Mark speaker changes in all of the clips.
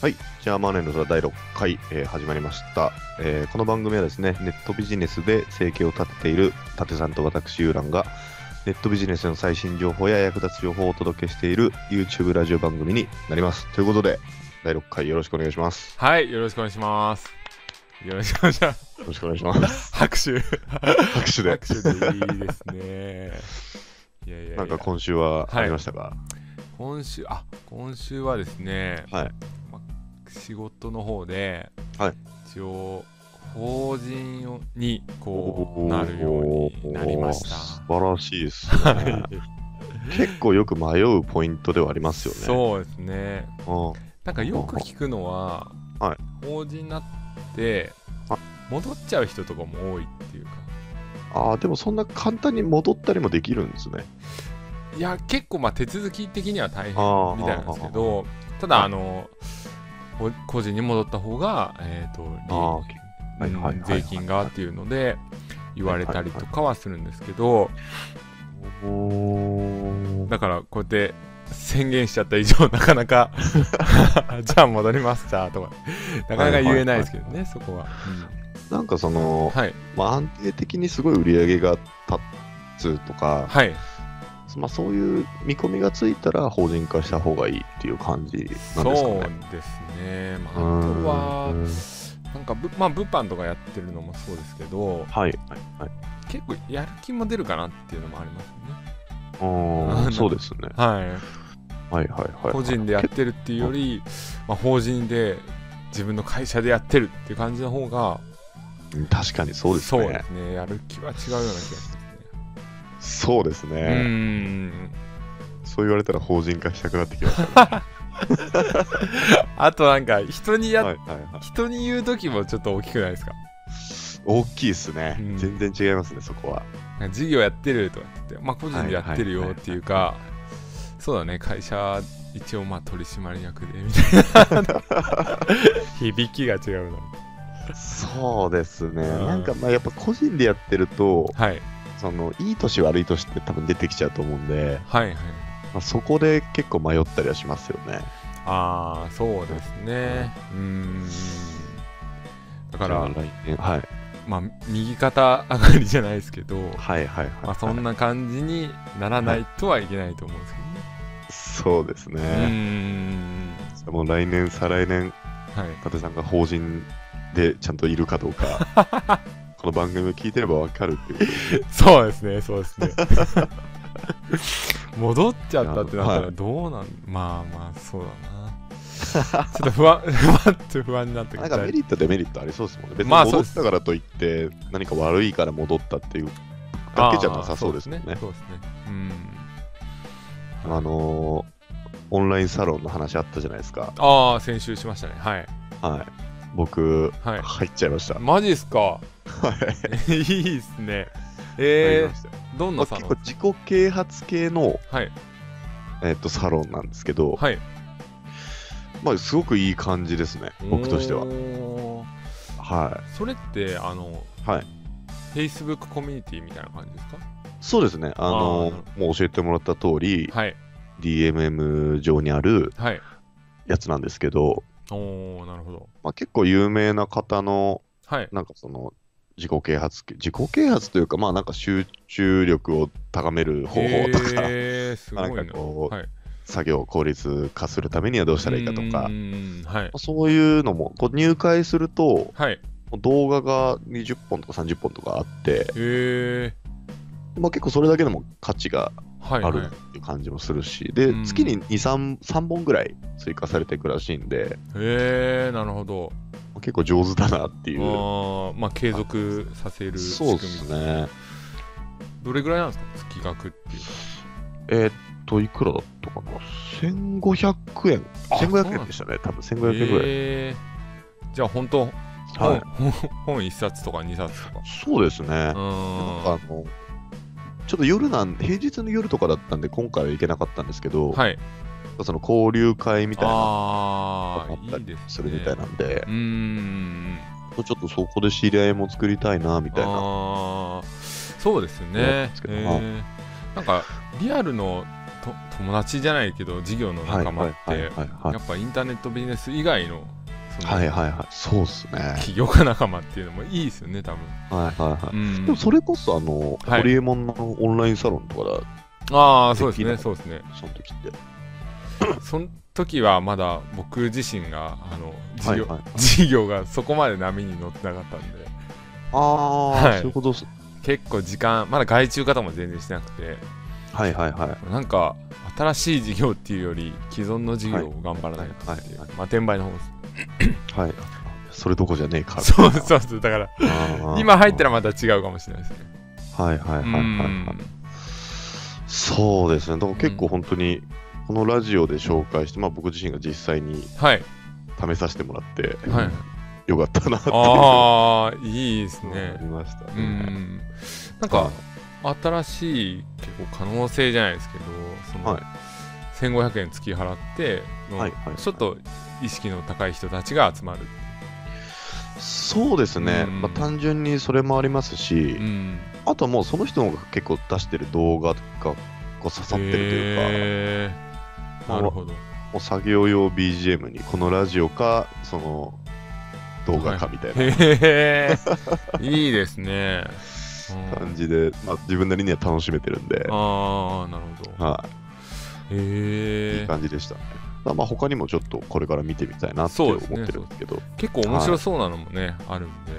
Speaker 1: はい。じゃあ、マネーの空第6回、えー始まりました、えーこの番組はですね、ネットビジネスで生計を立てている舘さんと私、ユーランが、ネットビジネスの最新情報や役立つ情報をお届けしている YouTube ラジオ番組になります。ということで、第6回よろしくお願いします。
Speaker 2: はい、よろしくお願いします。よろしくお願いします。
Speaker 1: よろしくお願いし ます。
Speaker 2: 拍手。
Speaker 1: 拍手で。
Speaker 2: 拍手でいいですね。いやいやいや
Speaker 1: なんか今週はありましたか、
Speaker 2: 今週、あ今週はですね、
Speaker 1: はい
Speaker 2: ま仕事の方で、
Speaker 1: はい
Speaker 2: 一応、法人にこ
Speaker 1: おー
Speaker 2: うなるようになりました。
Speaker 1: 素晴らしいですね。結構よく迷うポイントではありますよね。
Speaker 2: そうですね。
Speaker 1: うん。
Speaker 2: なんかよく聞くのは、
Speaker 1: は
Speaker 2: 法人になって
Speaker 1: は、
Speaker 2: 戻っちゃう人とかも多いっていうか。
Speaker 1: ああ、でもそんな簡単に戻ったりもできるんですね。
Speaker 2: いや結構まあ手続き的には大
Speaker 1: あー
Speaker 2: 変みたいなんですけどた
Speaker 1: は
Speaker 2: だ
Speaker 1: い
Speaker 2: あの、ほ個人に戻った方がえっ、と
Speaker 1: あ
Speaker 2: 利
Speaker 1: はいはいはい
Speaker 2: うん
Speaker 1: はい
Speaker 2: 税金がっていうので言われたりとかはするんですけど
Speaker 1: あ。お
Speaker 2: だからこうやって宣言しちゃった以上なかな かじゃあ戻りますじゃあとかなかなか言えないですけどね、そこは、
Speaker 1: なんかそ
Speaker 2: うん
Speaker 1: の、
Speaker 2: はい
Speaker 1: まあ、安定的にすごい売り上げが立つとか、
Speaker 2: はい
Speaker 1: まあ、そういう見込みがついたら法人化した方がいいっていう感じなんですか
Speaker 2: そう
Speaker 1: ね。
Speaker 2: ですね、まあ、あ
Speaker 1: うーん
Speaker 2: とはなんかぶまあ物販とかやってるのもそうですけど
Speaker 1: はいはい
Speaker 2: 結構やる気も出るかなっていうのもありますね。
Speaker 1: はい。ああ、
Speaker 2: あの
Speaker 1: そうですね。
Speaker 2: は、
Speaker 1: はいはいはいい。
Speaker 2: 個人でやってるっていうより、まあ、法人で自分の会社でやってるっていう感じの方が
Speaker 1: うん確かにそうです
Speaker 2: そうで
Speaker 1: ね。
Speaker 2: すねやる気は違うような気がしますね。
Speaker 1: そうです
Speaker 2: う
Speaker 1: ね。
Speaker 2: ーん
Speaker 1: そう言われたら法人化したくなってきましたね。
Speaker 2: あとなんか人にや、
Speaker 1: はいはいはい。
Speaker 2: 人に言う時もちょっと大きくないですか
Speaker 1: 大きいですね、
Speaker 2: うん
Speaker 1: 全然違いますね、そこは。
Speaker 2: なんか事業やってるとか言って、まあ、個人でやってるよ
Speaker 1: は
Speaker 2: っていう
Speaker 1: いはい
Speaker 2: か
Speaker 1: は
Speaker 2: そうだね会社一応まあ取締役でみたい な 響きが違うの
Speaker 1: そうですね。
Speaker 2: うん
Speaker 1: なんかまあやっぱ個人でやってると、
Speaker 2: はい
Speaker 1: そのいい年悪い年って多分出てきちゃうと思うんで、
Speaker 2: はいはい
Speaker 1: まあ、そこで結構迷ったりはしますよね。
Speaker 2: ああそうですねうーんだから
Speaker 1: じゃあ来年はい
Speaker 2: まあ右肩上がりじゃないですけど、
Speaker 1: はいはいはい、
Speaker 2: まあ、そんな感じにならないとはいけないと思うんですけどね
Speaker 1: そうです
Speaker 2: う
Speaker 1: ね。
Speaker 2: ーん
Speaker 1: じゃあもう来年再来年
Speaker 2: はい
Speaker 1: 舘さんが法人でちゃんといるかどうか。 この番組を聞いてればわかるっていうことですね。
Speaker 2: そうですねそう ですね戻っちゃったってなった
Speaker 1: は
Speaker 2: ら
Speaker 1: い
Speaker 2: どうなん、まあまあそうだなちょっと不安 ふわっと不安になってく
Speaker 1: なん
Speaker 2: る
Speaker 1: かメリットデメリットありそうですもんね。別に
Speaker 2: まあそ
Speaker 1: 戻
Speaker 2: う
Speaker 1: っ
Speaker 2: です
Speaker 1: たからといって、何か悪いから戻ったっていうだけじゃなさそうですもん
Speaker 2: あ
Speaker 1: ね
Speaker 2: ー。そうですねそうですねうん
Speaker 1: あのーオンラインサロンの話あったじゃないですか。
Speaker 2: ああ先週しましたねはい
Speaker 1: はい。僕、
Speaker 2: はい
Speaker 1: 入っちゃいました。
Speaker 2: マジっすか
Speaker 1: はい。
Speaker 2: いいっすね。
Speaker 1: 入り
Speaker 2: え
Speaker 1: ましたよ
Speaker 2: ー、ど
Speaker 1: ま
Speaker 2: んな
Speaker 1: あ
Speaker 2: サ
Speaker 1: 結
Speaker 2: ロ
Speaker 1: 構
Speaker 2: ン
Speaker 1: 自己啓発系の、
Speaker 2: はい、
Speaker 1: えっとサロンなんですけど、
Speaker 2: はい。
Speaker 1: まあ、すごくいい感じですね、僕としては。
Speaker 2: は。
Speaker 1: は
Speaker 2: それって、あの、
Speaker 1: はい。
Speaker 2: Facebook コミュニティみたいな感じですか
Speaker 1: い。そうですね、あのー
Speaker 2: あ
Speaker 1: もう教えてもらった通り、
Speaker 2: はい。
Speaker 1: DMM 上にある
Speaker 2: はい。
Speaker 1: やつなんですけど、
Speaker 2: おー、なるほど。
Speaker 1: まあ、結構有名な方の、
Speaker 2: はい。
Speaker 1: なんかその、自己啓発、自己啓発というか、まあなんか集中力を高める方法とか、
Speaker 2: えー、すごいな。
Speaker 1: なんかこう
Speaker 2: はい、
Speaker 1: 作業を効率化するためにはどうしたらいいかとか
Speaker 2: う、ーんはい。
Speaker 1: そういうのも、こう入会すると、
Speaker 2: はい。
Speaker 1: 動画が20本とか30本とかあって、
Speaker 2: え
Speaker 1: まあ、結構それだけでも価値が
Speaker 2: ー、はい、
Speaker 1: ある
Speaker 2: は
Speaker 1: ないっ。ていう感じもするし、
Speaker 2: う
Speaker 1: で、
Speaker 2: ん
Speaker 1: 月に2、3、3本ぐらい追加されていくらしいんで、
Speaker 2: えー、なるほど。
Speaker 1: まあ結構上手だなっていう。
Speaker 2: あーまあ、継続させる仕
Speaker 1: そう
Speaker 2: 組み
Speaker 1: ですね。
Speaker 2: どれぐらいなんですか月額っていう
Speaker 1: えーっと、いくらだったかな ?1500 円。
Speaker 2: あ
Speaker 1: 1500円でしたね。多分
Speaker 2: か。
Speaker 1: 1500円ぐらい。
Speaker 2: えー、じゃあ本当
Speaker 1: はい。
Speaker 2: 本本1冊とか2冊とか。
Speaker 1: そうですね。
Speaker 2: うーん
Speaker 1: なんかあの、ちょっと夜なん、平日の夜とかだったんで、今回は行けなかったんですけど、
Speaker 2: はい。
Speaker 1: その交流会みたいな、
Speaker 2: あ
Speaker 1: あった
Speaker 2: あ、い
Speaker 1: り
Speaker 2: いですね。
Speaker 1: するみたいなんで
Speaker 2: う、ーん。
Speaker 1: ちょっとそこで知り合いも作りたいな、みたいな。
Speaker 2: あーそうですね、
Speaker 1: 思うんですけども
Speaker 2: えーなんかリアルのと友達じゃないけど事業の仲間って、
Speaker 1: はいはいはいはい
Speaker 2: やっぱインターネットビジネス以外のその、
Speaker 1: はいはいはい。そうっすね。はい
Speaker 2: 起業家仲間っていうのもいいですよね多分、
Speaker 1: はいは
Speaker 2: う
Speaker 1: い。
Speaker 2: ん
Speaker 1: でもそれこそ、あの、
Speaker 2: はい
Speaker 1: ホリエモンのオンラインサロンとかだ、
Speaker 2: ああそうです
Speaker 1: で
Speaker 2: ね
Speaker 1: きない
Speaker 2: そうですね
Speaker 1: その時って。
Speaker 2: その時はまだ僕自身があの事
Speaker 1: はい
Speaker 2: 業,、
Speaker 1: はい。
Speaker 2: 事業がそこまで波に乗ってなかったんで
Speaker 1: ああ、
Speaker 2: はい
Speaker 1: そういうことっす。
Speaker 2: 結構時間まだ外注方も全然してなくて
Speaker 1: はいはいはい。
Speaker 2: なんか新しい事業っていうより既存の事業を頑張らないとっていう、
Speaker 1: はいはい
Speaker 2: まあ転売の方です
Speaker 1: はい。それどこじゃねえか。
Speaker 2: そうそうそうだから
Speaker 1: あー
Speaker 2: 今入ったらまた違うかもしれないですね
Speaker 1: はいはいはいはい、
Speaker 2: う
Speaker 1: はい
Speaker 2: ん。
Speaker 1: そうですね。だから結構本当に、このラジオで紹介して、まあ僕自身が実際に
Speaker 2: はい
Speaker 1: 試させてもらって、
Speaker 2: はい
Speaker 1: よかったなっていうの
Speaker 2: ああいいです
Speaker 1: があり
Speaker 2: ね
Speaker 1: ました
Speaker 2: う
Speaker 1: ね。
Speaker 2: んなん
Speaker 1: は
Speaker 2: か
Speaker 1: い
Speaker 2: 新しい結構可能性じゃないですけどその、
Speaker 1: はい
Speaker 2: 1500円月払っての、
Speaker 1: はいはいはい
Speaker 2: ちょっと意識の高い人たちが集まる
Speaker 1: そうですね、
Speaker 2: うん
Speaker 1: まあ、単純にそれもありますし、
Speaker 2: うん
Speaker 1: あとはもうその人が結構出してる動画がこう刺さってるというか、
Speaker 2: へーなるほど
Speaker 1: もう作業用 BGM にこのラジオか、その動画かみたいな
Speaker 2: へえいいですねうん
Speaker 1: 感じで、まあ、自分なりには楽しめてるんで、
Speaker 2: ああなるほど
Speaker 1: は
Speaker 2: へ
Speaker 1: い、いい
Speaker 2: え
Speaker 1: 感じでしたね。まあまあ他にもちょっとこれから見てみたいなって
Speaker 2: そう
Speaker 1: 思
Speaker 2: ですね
Speaker 1: ってるんですけど、
Speaker 2: 結構面白そうなのもね、あるんで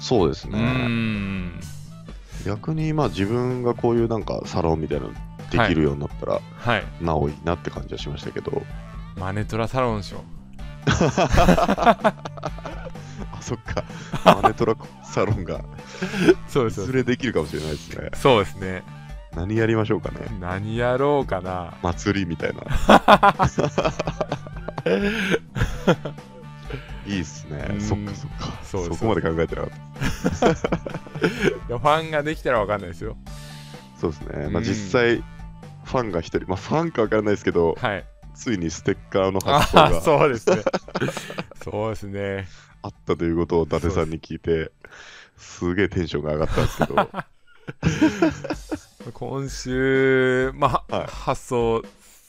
Speaker 1: そうです
Speaker 2: うー
Speaker 1: ね。
Speaker 2: ん
Speaker 1: 逆にまあ自分がこういうなんかサロンみたいなのできるようになったら、
Speaker 2: はい
Speaker 1: なおいいなって感じはしましたけど、
Speaker 2: マネトラサロンショー
Speaker 1: あ、そっ か、マネトラサロンが
Speaker 2: そう
Speaker 1: いずれできるかもしれないですね。
Speaker 2: そうですね
Speaker 1: 何やりましょうかね。
Speaker 2: 何やろうかな
Speaker 1: 祭りみたい な。いいっす
Speaker 2: う
Speaker 1: ね。
Speaker 2: ん
Speaker 1: そっかそっか。
Speaker 2: そう
Speaker 1: そ
Speaker 2: です
Speaker 1: こまで考えてなかった。
Speaker 2: いやファンができたらわかんないですよ
Speaker 1: そうですね。まあ
Speaker 2: うん
Speaker 1: 実際、ファンが一人、まあファンかわからないですけど、
Speaker 2: はい
Speaker 1: ついにステッカーの発
Speaker 2: ああ
Speaker 1: 送が
Speaker 2: そうですね そうですね
Speaker 1: あったということを伊達さんに聞いて、すげえテンションが上がったんですけど、は
Speaker 2: 今週まあ、
Speaker 1: はい
Speaker 2: 発送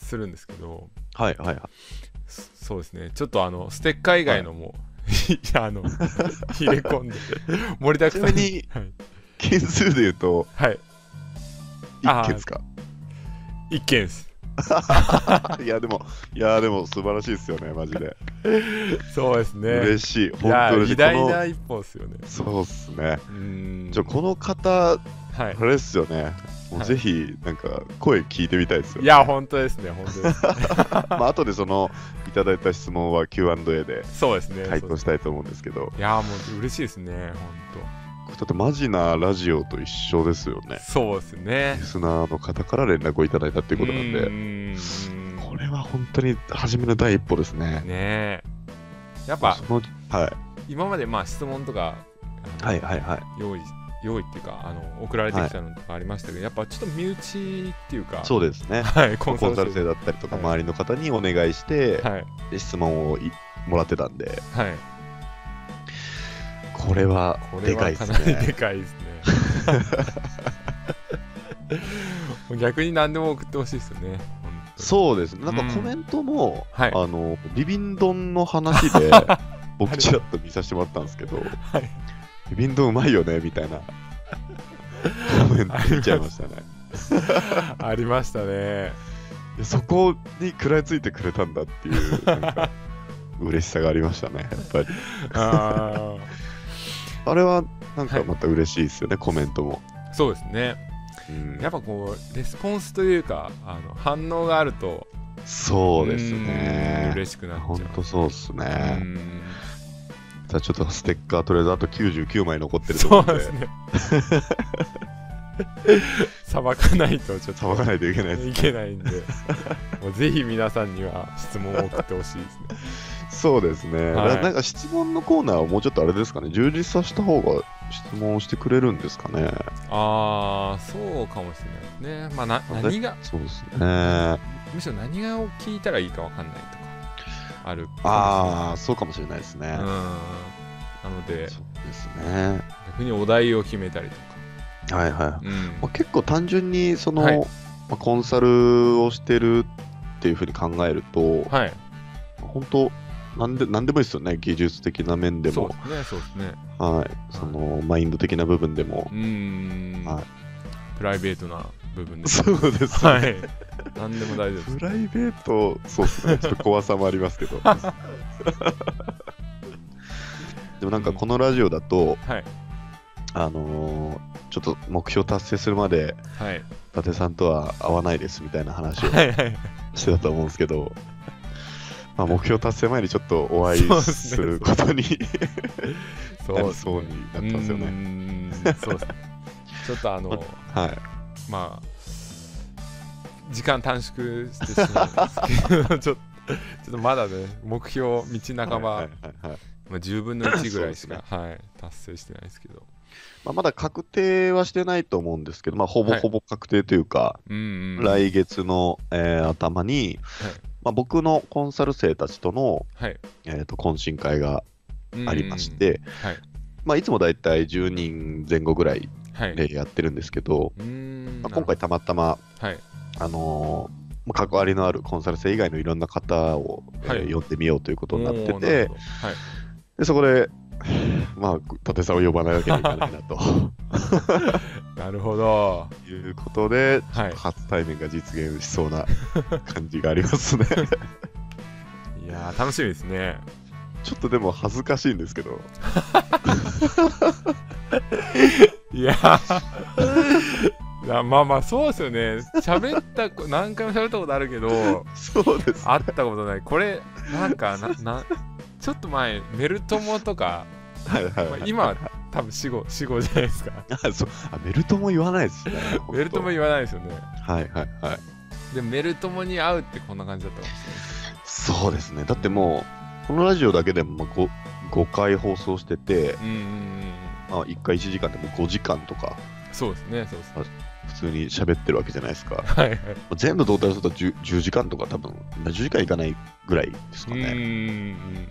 Speaker 2: するんですけど
Speaker 1: い はいはい。
Speaker 2: そそうですねちょっとあのステッカー以外のも、い やあの入れ込 んで盛りだくさん
Speaker 1: ちなみに
Speaker 2: はい、
Speaker 1: 件数で言うと、
Speaker 2: はい、
Speaker 1: 1件ですか。
Speaker 2: 一件です
Speaker 1: いやでも、いやでも素晴らしいですよね、マジで。
Speaker 2: そうですね
Speaker 1: 嬉しい、
Speaker 2: い
Speaker 1: 本
Speaker 2: や
Speaker 1: 当嬉しい。
Speaker 2: 偉大
Speaker 1: こ
Speaker 2: な
Speaker 1: の
Speaker 2: 一本ですよね。
Speaker 1: そうっすね。
Speaker 2: うーん
Speaker 1: じゃこの方、
Speaker 2: はい
Speaker 1: あ。れっすよね。もう
Speaker 2: はい
Speaker 1: ぜひ、なんか、声聞いてみたいですよ、
Speaker 2: いや、本当ですね、本当です。
Speaker 1: まあ後でその、いただいた質問は Q&A で
Speaker 2: そうです ね。
Speaker 1: 回
Speaker 2: そうで
Speaker 1: 答し
Speaker 2: す
Speaker 1: たいと思うんですけど、
Speaker 2: いや、もう嬉しいですね、
Speaker 1: だってマジなラジオと一緒ですよ
Speaker 2: 本
Speaker 1: ね
Speaker 2: 当。。そうですね
Speaker 1: リ。スナーの方から連絡をいただいたっていうことなん
Speaker 2: うー
Speaker 1: で、
Speaker 2: ん
Speaker 1: これは本当に初めの第一歩ですね。
Speaker 2: ねえ。やっぱ
Speaker 1: そのはい、
Speaker 2: 今までまあ質問とかあの
Speaker 1: はいはいはい。
Speaker 2: 用意用意っていうかあの送られてきたのとかありましたけど、やっぱちょっと身内っていうか
Speaker 1: そうですね。
Speaker 2: はいコ
Speaker 1: コ
Speaker 2: ンサ
Speaker 1: ンサル
Speaker 2: ル
Speaker 1: 生
Speaker 2: 生
Speaker 1: だったりとか、
Speaker 2: はい
Speaker 1: 周りの方にお願いして、
Speaker 2: はい
Speaker 1: で質問をいもらってたんで、
Speaker 2: はい
Speaker 1: これは
Speaker 2: これ
Speaker 1: でか
Speaker 2: はい
Speaker 1: で
Speaker 2: か
Speaker 1: す
Speaker 2: なりで
Speaker 1: ね。
Speaker 2: かいですね。もう逆に何でも送ってほしいですよね。本当に
Speaker 1: そうですね。なん
Speaker 2: うん
Speaker 1: かコメントも、
Speaker 2: はい
Speaker 1: あのビビンドンの話 で僕ちらっと見させてもらったんですけど、
Speaker 2: い
Speaker 1: ビビンドンうまいよねみた いなコメント見ちゃいましたね。
Speaker 2: ありましたね。
Speaker 1: いやそこに食らいついてくれたんだっていうなん か嬉しさがありましたね。やっぱり
Speaker 2: あ
Speaker 1: あれはなんか
Speaker 2: はい
Speaker 1: また嬉しいですよね、コメントも。
Speaker 2: ーそうですね。
Speaker 1: うん
Speaker 2: やっぱこうレスポンスというかあの反応があると
Speaker 1: そうです
Speaker 2: うーん
Speaker 1: ね。
Speaker 2: 嬉しくなっ
Speaker 1: 本
Speaker 2: ちゃう。
Speaker 1: 当そうですね。
Speaker 2: うーん
Speaker 1: じゃあちょっとステッカーとりあえずあと99枚残ってると思
Speaker 2: そううん
Speaker 1: で
Speaker 2: です ね。さばかないとちょっ
Speaker 1: 騒が
Speaker 2: と
Speaker 1: ないといけないです
Speaker 2: いけないんで、もうぜひ皆さんには質問を送ってほしいですね。
Speaker 1: そうですね、
Speaker 2: はい
Speaker 1: ななんか質問のコーナーをもうちょっとあれですかね、充実させた方が質問してくれるんですかね。
Speaker 2: ああそうかもしれないですねまあな
Speaker 1: あれ
Speaker 2: 何が
Speaker 1: そうですね。
Speaker 2: むしろ何がを聞いたらいいかわかんないとかある
Speaker 1: ああ、そうかもしれないです
Speaker 2: あ
Speaker 1: ね
Speaker 2: うん。なので
Speaker 1: そうですね。
Speaker 2: 逆にお題を決めたりとか、
Speaker 1: はいはい。
Speaker 2: うん
Speaker 1: まあ、結構単純にその、
Speaker 2: はい
Speaker 1: まあ、コンサルをしてるっていうふうに考えると、
Speaker 2: はい
Speaker 1: 本当なんでなんでもいいですよね技術的な面で
Speaker 2: そ
Speaker 1: も
Speaker 2: うで、すねそうですね
Speaker 1: はい、そのマインド的な部分でも
Speaker 2: う、ーん、
Speaker 1: はい
Speaker 2: プライベートな部分です
Speaker 1: そうです、
Speaker 2: はい何でも大丈夫です
Speaker 1: プライベートそうですねちょっと怖さもありますけ どでもなんかこのラジオだと、
Speaker 2: はい
Speaker 1: あのーちょっと目標達成するまで
Speaker 2: はい
Speaker 1: 伊達さんとは会わないですみたいな話を
Speaker 2: はいはい
Speaker 1: してたと思うんですけど、まあ、目標達成前にちょっとお会
Speaker 2: そう
Speaker 1: い
Speaker 2: ですね
Speaker 1: することに
Speaker 2: そ
Speaker 1: な
Speaker 2: う
Speaker 1: り
Speaker 2: です
Speaker 1: そう
Speaker 2: ね
Speaker 1: になったんですよ
Speaker 2: うー
Speaker 1: ね。
Speaker 2: んそうですねちょっとあの
Speaker 1: はい、
Speaker 2: まあ時間短縮してしまうんですけ どちょっとちょっとまだね目標道半
Speaker 1: は
Speaker 2: ば、
Speaker 1: いはいはい
Speaker 2: まあ、10分の1ぐらいしか、
Speaker 1: そう
Speaker 2: はい、達成してないですけど
Speaker 1: まあ、まだ確定はしてないと思うんですけど、まあ、ほぼ
Speaker 2: はい
Speaker 1: ほぼ確定というか、
Speaker 2: うんうん
Speaker 1: 来月の、えー頭に、
Speaker 2: はい
Speaker 1: まあ、僕のコンサル生たちとの、
Speaker 2: はい
Speaker 1: えー、と懇親会がありまし、て、
Speaker 2: はい
Speaker 1: まあ、いつもだいたい10人前後ぐらい
Speaker 2: うんうんはい、
Speaker 1: でやってるんですけど、
Speaker 2: うーん
Speaker 1: まあ、今回たまたま
Speaker 2: はい
Speaker 1: あのーまあ、関わりのあるコンサル生以外のいろんな方を、え
Speaker 2: はい
Speaker 1: ー呼んでみようということになっ
Speaker 2: お
Speaker 1: て
Speaker 2: ー
Speaker 1: て
Speaker 2: なる、ほどはい
Speaker 1: でそこで、まあ、伊達さんを呼ばないわけにはいかないな と
Speaker 2: なるほど。
Speaker 1: いうことで、
Speaker 2: はい。
Speaker 1: 初対面が実現しそうな感じがあります ね。
Speaker 2: いやー、楽しみですね。
Speaker 1: ちょっとでも恥ずかしいんですけど、
Speaker 2: いやーいやまあまあ、そうですよね。喋ったこ、何回も喋ったことあるけど、
Speaker 1: そうです。
Speaker 2: 会ったことない。これ、なんか、な、な、ちょっと前、メルトモとか、
Speaker 1: はいはい
Speaker 2: ま
Speaker 1: は
Speaker 2: あ
Speaker 1: い、
Speaker 2: 今は多分死後、死後じゃないですか。
Speaker 1: あそうあメルトも言わないですね。
Speaker 2: メルトモ
Speaker 1: 本
Speaker 2: 言わないですよね。
Speaker 1: 当はいはいはい。
Speaker 2: で、メルトモに会うってこんな感じだったかもし
Speaker 1: そうですね。だってもう、このラジオだけでもまあ 5, 5回放送してて、
Speaker 2: れない。うんうんうんうん。
Speaker 1: まあ、1回1時間でも5時間とか。
Speaker 2: そうですね、そうですね。
Speaker 1: 普通に喋ってるわけじゃないですか。
Speaker 2: はいはい。う
Speaker 1: 全部トータルすると 10, 10時間とか多分、まあ10時間いかないぐらいですか
Speaker 2: ーん
Speaker 1: ね。
Speaker 2: うんうん。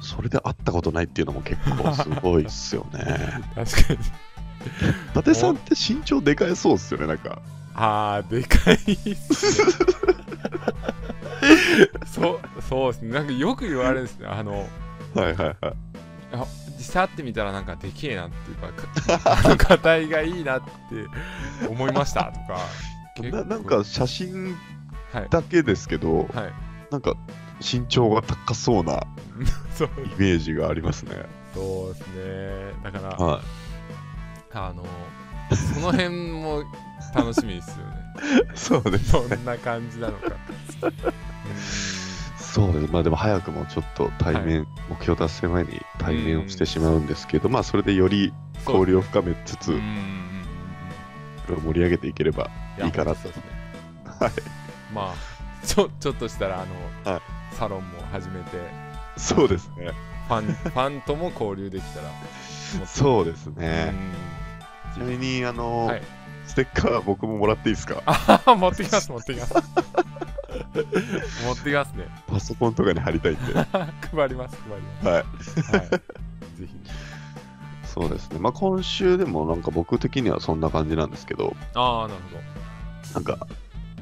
Speaker 1: それで会ったことないっていうのも結構すごいっすよ ね。
Speaker 2: 確かに。
Speaker 1: 伊達さんって身長でかいそうっすよね、なんか。
Speaker 2: あー、でかいっすね。そう、そうですね。なんかよく言われるんですね。あの、
Speaker 1: はいはいはい。
Speaker 2: あ実際会ってみたらなんかでけえなっていうかか、あの、硬いがいいなって思いましたとか。結構
Speaker 1: ななんか写真
Speaker 2: はい。
Speaker 1: だけですけど、
Speaker 2: はい。
Speaker 1: なんか身長が高そうな
Speaker 2: そう、
Speaker 1: イメージがありますね。
Speaker 2: そうですね。だから、
Speaker 1: は
Speaker 2: あの、その辺も楽しみですよね。
Speaker 1: い。そうです。
Speaker 2: どんな感じなのか。
Speaker 1: そうです。まあでも早くもちょっと対面、目標達成前に対面をしてしまうんですけど、まあそれでより交
Speaker 2: 流
Speaker 1: 流を深めつつ、盛り上げていければ。いいかなと
Speaker 2: そうですね。
Speaker 1: はい。
Speaker 2: まあちょちょっとしたらあの、
Speaker 1: は
Speaker 2: サロンも始めて
Speaker 1: そうですね。
Speaker 2: ファン ファンとも交流できたら
Speaker 1: そうです
Speaker 2: う
Speaker 1: ね。
Speaker 2: ん
Speaker 1: ちなみに、あの、
Speaker 2: はい
Speaker 1: ステッカーは僕ももらっていいですか
Speaker 2: あはは 持ってきます持ってきます持ってきますね
Speaker 1: パソコンとかに貼りたいん で。は
Speaker 2: 配ります配りま
Speaker 1: い。
Speaker 2: すはいぜひ
Speaker 1: そうですね。まあ今週でもなんか僕的にはそんな感じなんですけど、
Speaker 2: ああなる
Speaker 1: なんか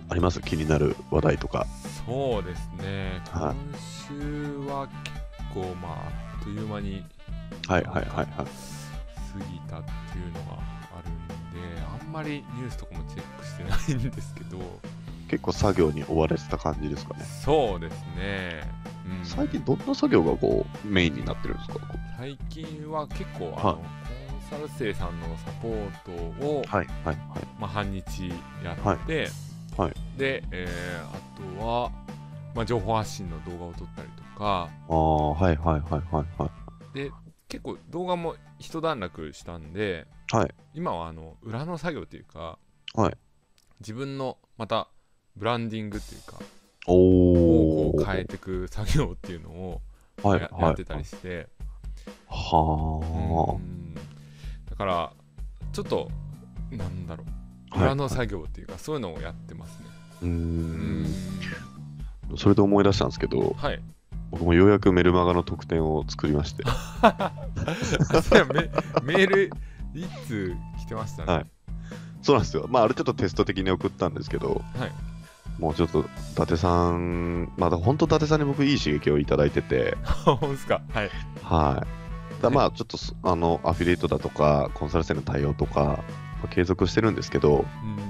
Speaker 1: あります気になる話題とか。
Speaker 2: ほどそうですね
Speaker 1: は
Speaker 2: 今
Speaker 1: い
Speaker 2: 週は結構まああっという間に
Speaker 1: はいはいはいはい。
Speaker 2: 過ぎたっていうのがあるんであんまりニュースとかもチェックしてないんですけど
Speaker 1: 結構作業に追われてた感じですかね。
Speaker 2: そうですね、うん、
Speaker 1: 最近どんな作業がこうメインになってるんですか
Speaker 2: 最近は結構あの、
Speaker 1: はい
Speaker 2: コンサル生さんのサポートを、
Speaker 1: はいはいはい。
Speaker 2: まあ、半日やって、
Speaker 1: はいは
Speaker 2: で、えーあとは、まあ、情報発信の動画を撮ったりと
Speaker 1: あ
Speaker 2: か
Speaker 1: あ、はいはいはいはいはい。
Speaker 2: 結構動画も一段落したんで、
Speaker 1: はい
Speaker 2: 今はあの裏の作業というか、
Speaker 1: はい
Speaker 2: 自分のまたブランディングというか
Speaker 1: お
Speaker 2: をこ
Speaker 1: おほう
Speaker 2: う
Speaker 1: ほう
Speaker 2: 変えていく作業っていうのを
Speaker 1: はい
Speaker 2: や,、
Speaker 1: はい
Speaker 2: ってたりして、
Speaker 1: は
Speaker 2: うんだからちょっとなんだろ
Speaker 1: あ
Speaker 2: う裏の作業っていうか、そういうのをやってますね。
Speaker 1: うー
Speaker 2: うん
Speaker 1: それで思い出したんですけど
Speaker 2: はい
Speaker 1: 僕もようやくメルマガの特典を作りまして
Speaker 2: それはメメール一通来てましたね。
Speaker 1: はいそうなんですよまああれちょっとテスト的に送ったんですけど、
Speaker 2: はい
Speaker 1: もうちょっと伊達さんまだ本当伊達さんに僕いい刺激をいただいて て
Speaker 2: ほんすか。はい。
Speaker 1: はい。だ
Speaker 2: ね
Speaker 1: まあちょっとそあのアフィリエイトだとかコンサル生の対応とか、まあ継続してるんですけど、
Speaker 2: うんうん
Speaker 1: ま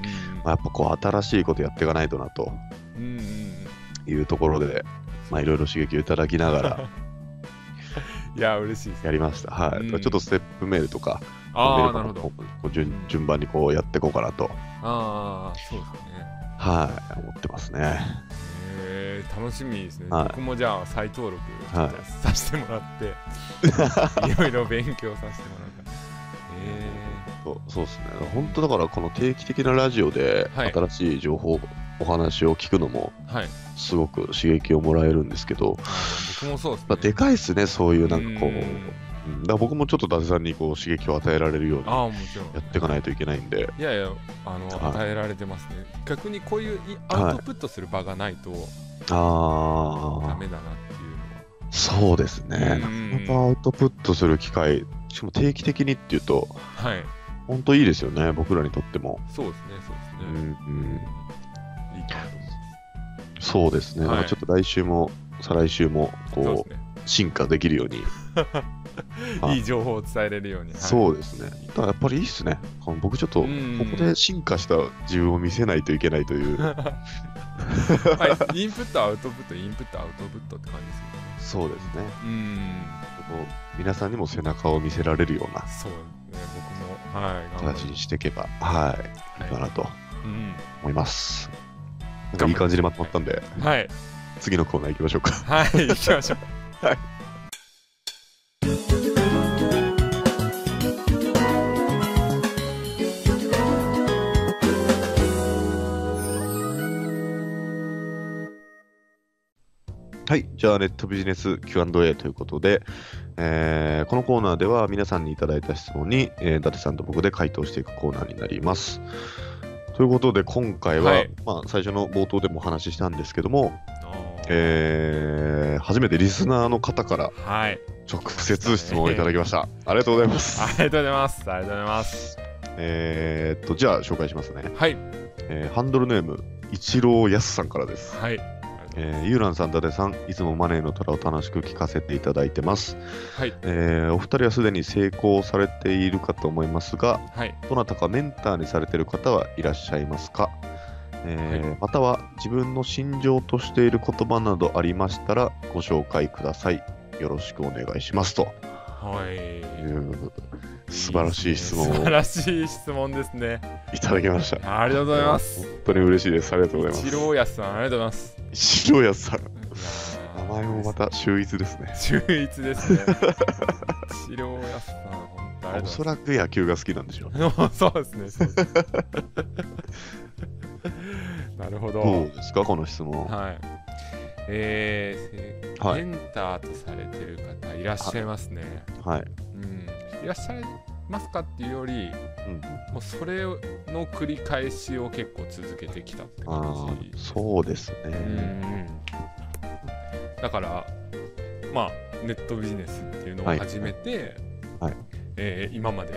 Speaker 1: あ、やっぱこう新しいことやっていかないとなと
Speaker 2: うんうんうん
Speaker 1: いうところで、まあいろいろ刺激をいただきながら
Speaker 2: いや嬉しいです。
Speaker 1: やりました。はい。
Speaker 2: うん
Speaker 1: ちょっとステップメールとか、メ
Speaker 2: あ
Speaker 1: ー
Speaker 2: あ
Speaker 1: ル
Speaker 2: な
Speaker 1: マ
Speaker 2: る
Speaker 1: ガと
Speaker 2: ほど
Speaker 1: か。もこう順順番にこうやっていこうかなと、
Speaker 2: ああそうですね。
Speaker 1: はい、思ってますね。
Speaker 2: えー、楽しみですね、
Speaker 1: はい
Speaker 2: 僕もじゃあ再登録
Speaker 1: はい
Speaker 2: させてもらって、い、ろいろ勉強させてもらうからえ
Speaker 1: そうそうですね。本当だからこの定期的なラジオで
Speaker 2: はい
Speaker 1: 新しい情報、お話を聞くのも
Speaker 2: ー、はい
Speaker 1: すごく刺激をもらえるんですけど、
Speaker 2: あー僕もそうですね
Speaker 1: まあ、でかいですね、そういうなんかこう、
Speaker 2: ん
Speaker 1: うんだから僕もちょっと伊達さんにこう刺激を与えられるようにや
Speaker 2: ああもちろん
Speaker 1: っていかないといけないんで、
Speaker 2: いやいやあの、
Speaker 1: はい
Speaker 2: 与えられてますね逆にこういうい
Speaker 1: はい
Speaker 2: アウトプットする場がないとダ
Speaker 1: あ
Speaker 2: メだなって
Speaker 1: あ、そうですね、
Speaker 2: うん
Speaker 1: なかなかアウトプットする機会、しかも定期的にっていうと、
Speaker 2: いうのははい
Speaker 1: 本当いいですよね、僕らにとっても。
Speaker 2: そうですねそうですね
Speaker 1: うん、うん、
Speaker 2: いいかなと思い
Speaker 1: そうですね、
Speaker 2: はい
Speaker 1: なんかちょっと来週も、再来週も
Speaker 2: ますそう
Speaker 1: こ
Speaker 2: ですね
Speaker 1: う進化できるように、はい
Speaker 2: いい情報を伝えれるように、はい、
Speaker 1: そうですね、だからやっぱりいいっすね、あの僕ちょっと、
Speaker 2: う
Speaker 1: こ
Speaker 2: ん
Speaker 1: こで進化した自分を見せないといけないという。
Speaker 2: まあインプットアウトプットインプットアウトプットって感じです
Speaker 1: そ
Speaker 2: よね
Speaker 1: うですね。
Speaker 2: うん
Speaker 1: こう皆さんにも背中を見せられるような
Speaker 2: そうね僕もはい頑
Speaker 1: 形
Speaker 2: 張
Speaker 1: にしていけば、はい、いい
Speaker 2: り
Speaker 1: か
Speaker 2: は
Speaker 1: なと
Speaker 2: い、うん
Speaker 1: 思います。なんかいい感じにまとまったんで、
Speaker 2: はい
Speaker 1: 次のコーナー行きましょうか。
Speaker 2: はい行き ましょう
Speaker 1: はい、じゃあネットビジネス Q&A ということで、えーこのコーナーでは皆さんにいただいた質問に、えー伊達さんと僕で回答していくコーナーになります。ということで今回は、
Speaker 2: はい
Speaker 1: まあ、最初の冒頭でもお話ししたんですけども、
Speaker 2: あー
Speaker 1: えー初めてリスナーの方から
Speaker 2: はい
Speaker 1: 直接質問をいただきました。ありがとうございます。
Speaker 2: ありがとうございますありがとうございます
Speaker 1: えーっと、じゃあ紹介しますね。
Speaker 2: はい
Speaker 1: えーハンドルネーム、一郎やすさんからです。
Speaker 2: はい
Speaker 1: えー、ゆうらんさん、伊達さん、いつもマネーの虎を楽しく聞かせていただいてます。
Speaker 2: はい
Speaker 1: えーお二人はすでに成功されているかと思いますが、
Speaker 2: はい
Speaker 1: どなたかメンターにされている方はいらっしゃいますか、えーまたは自分の心情としている言葉などありましたらご紹介ください。よろしくお願いしますとい
Speaker 2: は
Speaker 1: う素晴らしい質問
Speaker 2: 素
Speaker 1: を
Speaker 2: 晴らしい質問ですね
Speaker 1: いただきました。
Speaker 2: ありがとうございます
Speaker 1: 本当に嬉しいです。ありがとうございます。
Speaker 2: 一郎やさんありがとうございます
Speaker 1: 白屋さん。
Speaker 2: いやー
Speaker 1: 名前もまた秀逸ですね。
Speaker 2: 秀逸 ですね。治療やすさん、本当あり
Speaker 1: お
Speaker 2: がと
Speaker 1: そう
Speaker 2: ござい
Speaker 1: らく野球が好きなんでしょう。
Speaker 2: ます。 そうですね。そうですねなるほど。
Speaker 1: どうですか、この質問。
Speaker 2: はい。えーせ、
Speaker 1: はい。
Speaker 2: メンターとされてる方いらっしゃいますね。
Speaker 1: はい。
Speaker 2: うん。いらっしゃいますかっていうより、
Speaker 1: うん、
Speaker 2: もうそれの繰り返しを結構続けてきたって
Speaker 1: ああ、
Speaker 2: 感じ。
Speaker 1: そうです
Speaker 2: う
Speaker 1: ね。
Speaker 2: ん。だから、まあ、ネットビジネスっていうのを
Speaker 1: はい
Speaker 2: 始めて、
Speaker 1: はい
Speaker 2: えー今まで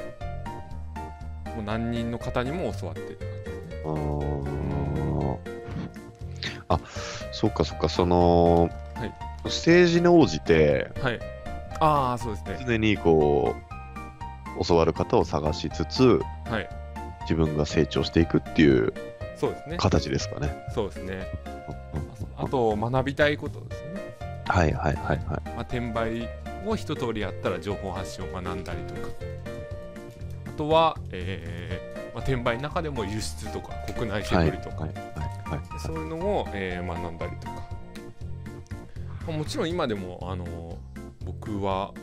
Speaker 2: もう何人の方にも教わってって感じですね。
Speaker 1: あーあ、そっかそっか、その、
Speaker 2: はい
Speaker 1: ステージに応じて、
Speaker 2: はい。ああ、そうですね。
Speaker 1: 常にこう、教わる方を探しつつ、
Speaker 2: はい。
Speaker 1: 自分が成長していくっていう
Speaker 2: そうですね。
Speaker 1: 形ですかね。
Speaker 2: そうですね。
Speaker 1: うんうんうん
Speaker 2: ああと、学びたいことですよね。
Speaker 1: はいはいはいはい。
Speaker 2: まあ、転売を一通りやったら情報発信を学んだりとか。あとは、えーまあ、転売の中でも輸出とか国内セ
Speaker 1: は
Speaker 2: キ
Speaker 1: い
Speaker 2: ュリと
Speaker 1: は
Speaker 2: か、
Speaker 1: いはい
Speaker 2: でそういうのを、えー学んだりとか、まあもちろん今でも、あの僕は
Speaker 1: は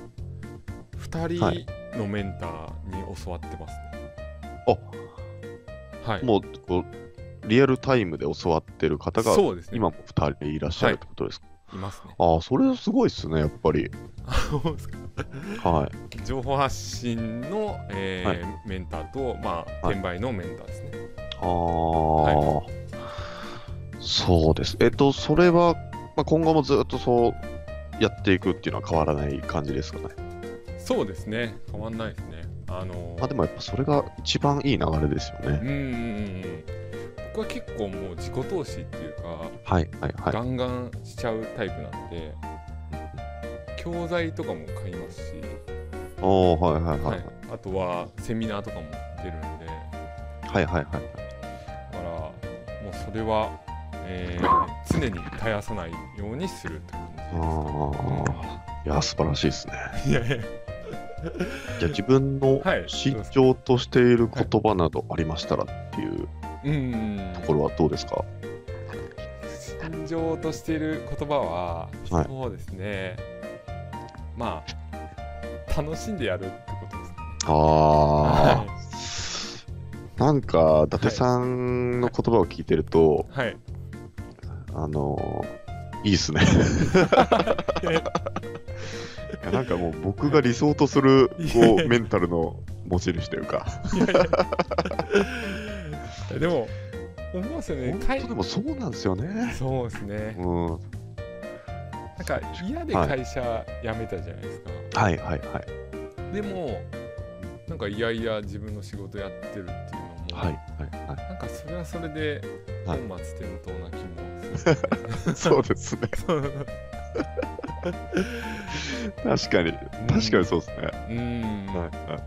Speaker 2: 2
Speaker 1: い
Speaker 2: 人のメンターに教わってますね。
Speaker 1: あ
Speaker 2: はい、
Speaker 1: もうこうリアルタイムで教わってる方が
Speaker 2: そうですね
Speaker 1: 今も2人いらっしゃるってことですか、
Speaker 2: いますね。
Speaker 1: ああ、それすごいっすね、やっぱり。は
Speaker 2: 情報発信の、えーメンターと、まあ、
Speaker 1: はい
Speaker 2: 転売のメンターですね。
Speaker 1: い。ああ、そうです。えっと、それは、まあ、今後もずっとそうやっていくっていうのは変わらない感じですかね。
Speaker 2: そうですね、変わんないですね。あの
Speaker 1: まあ、でもやっぱそれが一番いい流れですよ
Speaker 2: う
Speaker 1: ね。
Speaker 2: んうんうんうん僕は結構もう自己投資っていうか、
Speaker 1: はい、はい、はい。
Speaker 2: ガンガンしちゃうタイプなんで教材とかも買いますし、
Speaker 1: ああ、はい、はい、
Speaker 2: は
Speaker 1: はい
Speaker 2: い。、あとはセミナーとかも出るんで
Speaker 1: はい、はい、はい。
Speaker 2: だからもうそれは、えー常に絶やさないようにするって感
Speaker 1: ああ、いや、素晴らしいですね。
Speaker 2: じいやい
Speaker 1: じ
Speaker 2: や
Speaker 1: ゃあ自分の
Speaker 2: はい
Speaker 1: 身長としている言葉などありましたらっていう
Speaker 2: うんうん
Speaker 1: ところはどうですか
Speaker 2: 心情としている言葉は、
Speaker 1: はい
Speaker 2: そうですねまあ楽しんでやるってことですね
Speaker 1: ああ。
Speaker 2: は
Speaker 1: なんか、伊達さんの言葉を聞いてると、
Speaker 2: はい
Speaker 1: あのー、いいっす ね。いやなんかもう僕が理想とするこうメンタルの持ち主というか、
Speaker 2: でも思うんですよね
Speaker 1: 本当でもそうなんですよ ね。
Speaker 2: そうですね
Speaker 1: うん、はい
Speaker 2: なんか嫌で会社辞めたじゃないですか、
Speaker 1: はいはい。
Speaker 2: でもなんかいやいや自分の仕事やってるっていうのも、
Speaker 1: はいはいはい。
Speaker 2: なんかそれはそれで
Speaker 1: は
Speaker 2: 本
Speaker 1: い
Speaker 2: 末転倒な気も する、
Speaker 1: そうですね。確かに。確かにそうですね。
Speaker 2: うん、
Speaker 1: はいは
Speaker 2: だ
Speaker 1: いは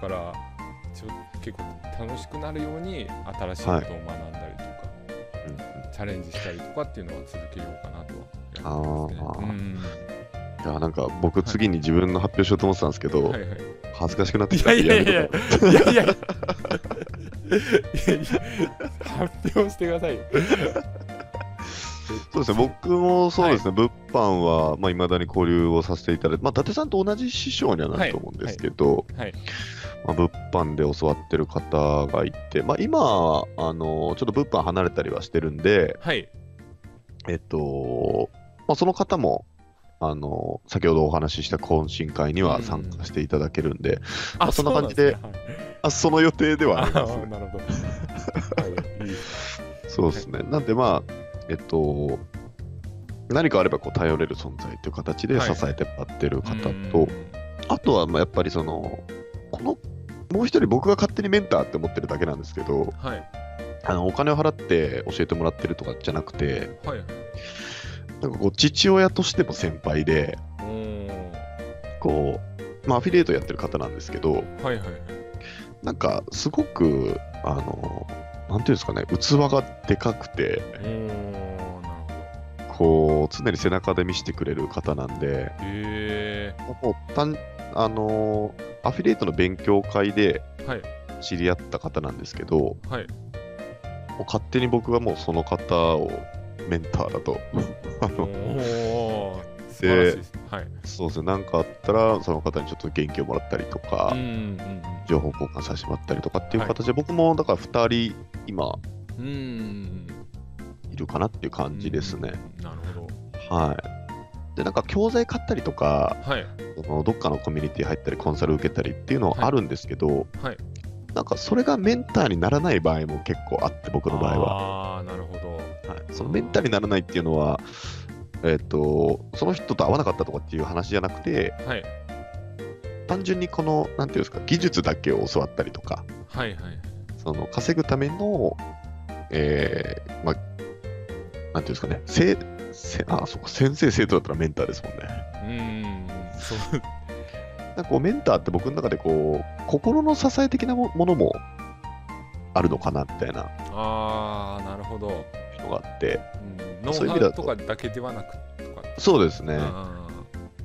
Speaker 1: い。
Speaker 2: からちょ結構楽しくなるように新しいことを学んだりとか、
Speaker 1: うん
Speaker 2: チャレンジしたりとかっていうのは続けようかなとは
Speaker 1: あー
Speaker 2: やってますね
Speaker 1: いやなんか僕次に自分の発表しようと思ってたんですけど、
Speaker 2: うんはいはい
Speaker 1: 恥ずかしくなって
Speaker 2: い
Speaker 1: きた
Speaker 2: や
Speaker 1: んで
Speaker 2: いやいやい
Speaker 1: や
Speaker 2: や
Speaker 1: めと
Speaker 2: い
Speaker 1: こ
Speaker 2: やいやいやいや発表してくださいよ
Speaker 1: うそうですね僕もそうですね、物販はまあ、未だに交流をさせていただいて、まあ、伊達さんと同じ師匠にはなると思うんですけど、
Speaker 2: はい
Speaker 1: まあ、物販で教わってる方がいて、まあ、今あのちょっと物販離れたりはしてるんで
Speaker 2: はい
Speaker 1: えっと、まあ、その方もあの先ほどお話しした懇親会には参加していただけるんで、
Speaker 2: あ
Speaker 1: そんな感じで
Speaker 2: そうなんすね
Speaker 1: あその予定ではあ
Speaker 2: はい
Speaker 1: り
Speaker 2: あ
Speaker 1: ますね
Speaker 2: ーなるほどはいいい
Speaker 1: そうですね。なんでまあ、えっと、何かあればこう頼れる存在という形で
Speaker 2: は
Speaker 1: 支
Speaker 2: い
Speaker 1: えてもらってる方
Speaker 2: う
Speaker 1: と、
Speaker 2: ん
Speaker 1: あとはまあやっぱりその、この、もう一人僕が勝手にメンターって思ってるだけなんですけど、
Speaker 2: はい
Speaker 1: あのお金を払って教えてもらってるとかじゃなくて、
Speaker 2: はい
Speaker 1: なんかこう、父親としても先輩で、
Speaker 2: おー
Speaker 1: こう、まあ、アフィリエイトやってる方なんですけど、
Speaker 2: はいはいはい
Speaker 1: なんかすごく、あの、なんていうんですかね、器がでかくて、
Speaker 2: おーなるほど
Speaker 1: こう、常に背中で見せてくれる方なんで、
Speaker 2: へ
Speaker 1: もう単あのーアフィリエイトの勉強会で
Speaker 2: えはい
Speaker 1: 知り合った方なんですけど、も
Speaker 2: はいう
Speaker 1: 勝手に僕がもうその方をメンターだと、あの
Speaker 2: おお素晴らしいですねはい
Speaker 1: そうですね、なんかあったら、その方にちょっと元気をもらったりとか、
Speaker 2: うんうん
Speaker 1: 情報交換させてもらったりとかっていう
Speaker 2: はい
Speaker 1: 形で、僕もだから2人、今、
Speaker 2: うんうん
Speaker 1: いるかなっていう感じですね。
Speaker 2: うんなるほど
Speaker 1: はいでなんか教材買ったりとか、
Speaker 2: はい
Speaker 1: そのどっかのコミュニティ入ったり、コンサル受けたりっていうのはあるんですけど、
Speaker 2: はい
Speaker 1: なんかそれがメンターにならない場合も結構あって、僕の場合は。
Speaker 2: はああなるほど
Speaker 1: はい、そのメンターにならないっていうのは、えっとその人と合わなかったとかっていう話じゃなくて、
Speaker 2: はい
Speaker 1: 単純にこの、なんていうんですか、技術だけを教わったりとか、
Speaker 2: はいはい
Speaker 1: その稼ぐための、えーまあ、なんていうんですかね、せせあそうか先生、生徒だったらメンターですもんね。
Speaker 2: うんそう
Speaker 1: なんかこうメンターって僕の中でこう心の支え的なもものもあるのかなみたいな
Speaker 2: ああなるほど、
Speaker 1: のがあって、
Speaker 2: うん、ノ
Speaker 1: そう
Speaker 2: ウ
Speaker 1: いう意味
Speaker 2: ハ
Speaker 1: だ
Speaker 2: ウ
Speaker 1: と
Speaker 2: とかだけではなくとか
Speaker 1: そうですね。
Speaker 2: あ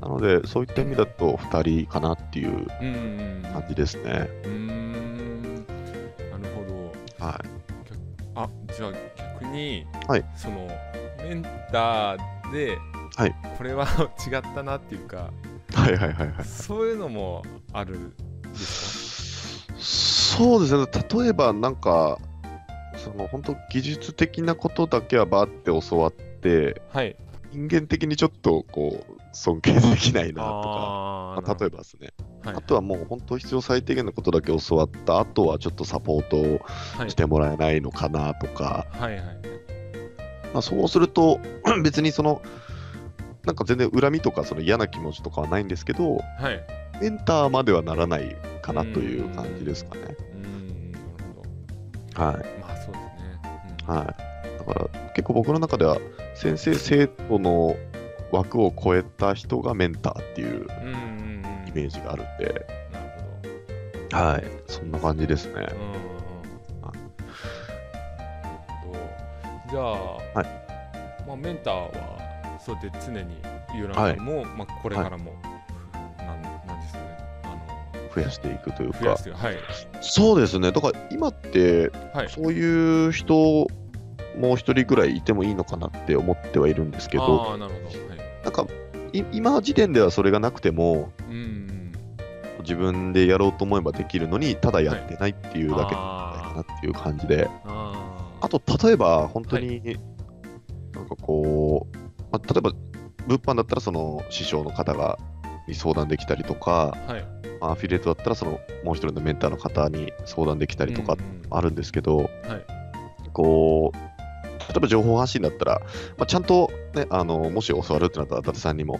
Speaker 1: なので、そういった意味だと2人かなっていう
Speaker 2: ーうん
Speaker 1: 感じですね。
Speaker 2: うーんなるほど
Speaker 1: はい
Speaker 2: あじゃあ逆に、
Speaker 1: はい
Speaker 2: そのメンターで、
Speaker 1: はい
Speaker 2: これは 違ったなっていうか
Speaker 1: はいはいはいはい。
Speaker 2: そういうのもあるんです
Speaker 1: そうですね、例えばなんか、その本当、技術的なことだけはバーって教わって、
Speaker 2: かはい
Speaker 1: 人間的にちょっとこう尊敬できないなとか、
Speaker 2: あ
Speaker 1: まあ、例えばですね、
Speaker 2: ば、はい
Speaker 1: あとはもう本当必要最低限のことだけ教わった、あとはちょっとサポートを
Speaker 2: はい
Speaker 1: してもらえないのかなとか、
Speaker 2: はいはい
Speaker 1: まあ、そうすると 別にそのなんか全然恨みとかその嫌な気持ちとかはないんですけど
Speaker 2: はい。う
Speaker 1: メンターまではならないかなという感じですかね。
Speaker 2: ーん、なるほ
Speaker 1: はい
Speaker 2: ど。まあそうですね。うん
Speaker 1: はい、だから結構僕の中では先生生徒の枠を超えた人がメンターっていう
Speaker 2: うんうんうん。な
Speaker 1: イ
Speaker 2: る
Speaker 1: メージがあるんで、
Speaker 2: ほど。
Speaker 1: はい、そんな感じですね。
Speaker 2: うんうん
Speaker 1: あ
Speaker 2: うん。じゃあ、
Speaker 1: は
Speaker 2: まあ、メンターはそうで常にユーランさんも、まあ、これからも、なんなんですかねあ
Speaker 1: 増やしていくという
Speaker 2: の増や
Speaker 1: か
Speaker 2: してはい
Speaker 1: そうですねだから今って
Speaker 2: はい
Speaker 1: そういう人もう一人ぐらいいてもいいのかなって思ってはいるんですけど、
Speaker 2: ああなるほどはい
Speaker 1: なんかい今時点ではそれがなくても
Speaker 2: うんうん
Speaker 1: 自分でやろうと思えばできるのにただやってないっていうだけなんじゃないか
Speaker 2: あ
Speaker 1: なっていう感じで、
Speaker 2: ーあー
Speaker 1: あと例えば本当に、なんかこう、まあ、例えば物販だったらその師匠の方がに相談できたりとか、
Speaker 2: はい
Speaker 1: まあアフィリエイトだったらそのもう一人のメンターの方に相談できたりとか
Speaker 2: うんうん
Speaker 1: あるんですけど、
Speaker 2: はい
Speaker 1: こう例えば情報発信だったら、まあ、ちゃんと、ね、あのもし教わるってなったら伊達さんにも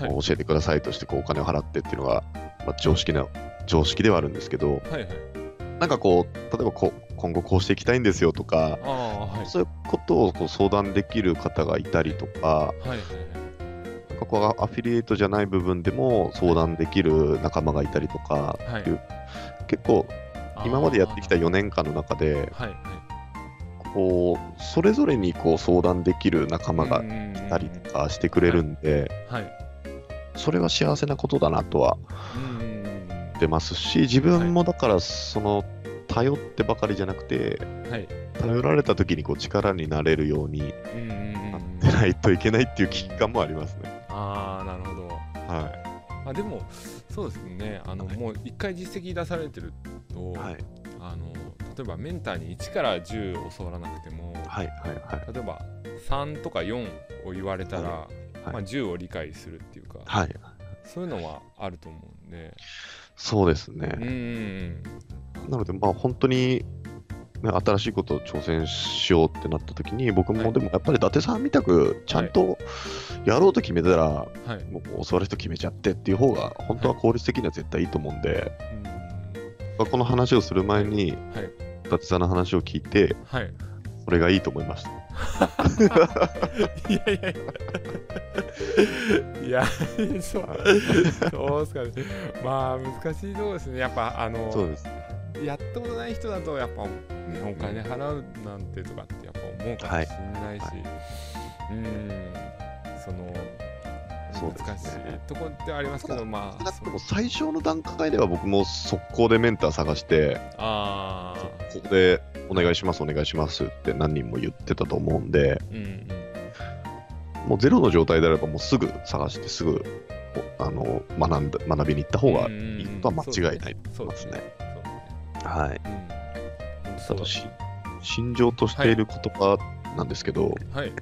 Speaker 2: はい
Speaker 1: 教えてくださいとしてこうお金を払ってっていうのが、まあ、常識な常識ではあるんですけど
Speaker 2: はいはい
Speaker 1: なんかこう例えばこう今後こうしていきたいんですよとか
Speaker 2: ああはい
Speaker 1: そういうことをこう相談できる方がいたりとか
Speaker 2: はいはい
Speaker 1: なんかこうアフィリエイトじゃない部分でも相談できる仲間がいたりとか
Speaker 2: はい
Speaker 1: いう結構
Speaker 2: はい
Speaker 1: 今までやってきた
Speaker 2: あー
Speaker 1: 4年間の中で
Speaker 2: はいはい
Speaker 1: こうそれぞれにこう相談できる仲間が
Speaker 2: うんうんうん
Speaker 1: いたりとかしてくれるんで
Speaker 2: はい
Speaker 1: それは幸せなことだなとは
Speaker 2: うんうんうん
Speaker 1: 思ってますし自分もだからその頼ってばかりじゃなくて
Speaker 2: うんはい
Speaker 1: 頼られた時にこう力になれるように
Speaker 2: うんうんうん
Speaker 1: なっ
Speaker 2: うん
Speaker 1: てないといけないっていう危機感もありますね。
Speaker 2: ああなるほど
Speaker 1: は
Speaker 2: あでもそうですねあの、
Speaker 1: はい
Speaker 2: もう一回実績出されてると、
Speaker 1: いはい
Speaker 2: あの例えばメンターに1から10教わらなくても
Speaker 1: はいはいはい
Speaker 2: 例えば3とか4を言われたら、
Speaker 1: はい
Speaker 2: まあ、10を理解するっていうか、
Speaker 1: はい
Speaker 2: そういうのはあると思う んで
Speaker 1: そうです
Speaker 2: うんう
Speaker 1: ね。
Speaker 2: んうん
Speaker 1: なのでまあ本当にね、新しいことを挑戦しようってなった時に僕
Speaker 2: はい
Speaker 1: もでもやっぱり伊達さんみたくちゃんとやろうと決めたら、
Speaker 2: はい
Speaker 1: もう教わる人決めちゃってっていう方が本当は効率的には絶対いいと思うんで、
Speaker 2: うん
Speaker 1: まあこの話をする前に、
Speaker 2: はい
Speaker 1: 伊達さんの話を聞いて、
Speaker 2: はい
Speaker 1: それがいいと思いました。
Speaker 2: いやいや いやいやそうそうですかねまあ難しいとこですねやっぱあの
Speaker 1: そうです。
Speaker 2: やったことない人だとやっぱ、ね、お金払うなんてとかってやっぱ思うかもしれないし、
Speaker 1: はい
Speaker 2: うんその
Speaker 1: そうですね
Speaker 2: 難しいとこってありますけ
Speaker 1: た
Speaker 2: ど
Speaker 1: だ
Speaker 2: ま
Speaker 1: 少
Speaker 2: あ
Speaker 1: なくとも最初の段階では僕も速攻でメンター探して、
Speaker 2: ああ
Speaker 1: ここでお願いします、お願いしますって何人も言ってたと思うんで、
Speaker 2: うんうん
Speaker 1: もうゼロの状態であればもうすぐ探して、すぐ、おあの、学んだ、学びに行った方がいいことは間違いない。
Speaker 2: そうですね
Speaker 1: はい。た
Speaker 2: そうで
Speaker 1: だ
Speaker 2: すね
Speaker 1: し、心情としている言葉なんですけど、
Speaker 2: うんはい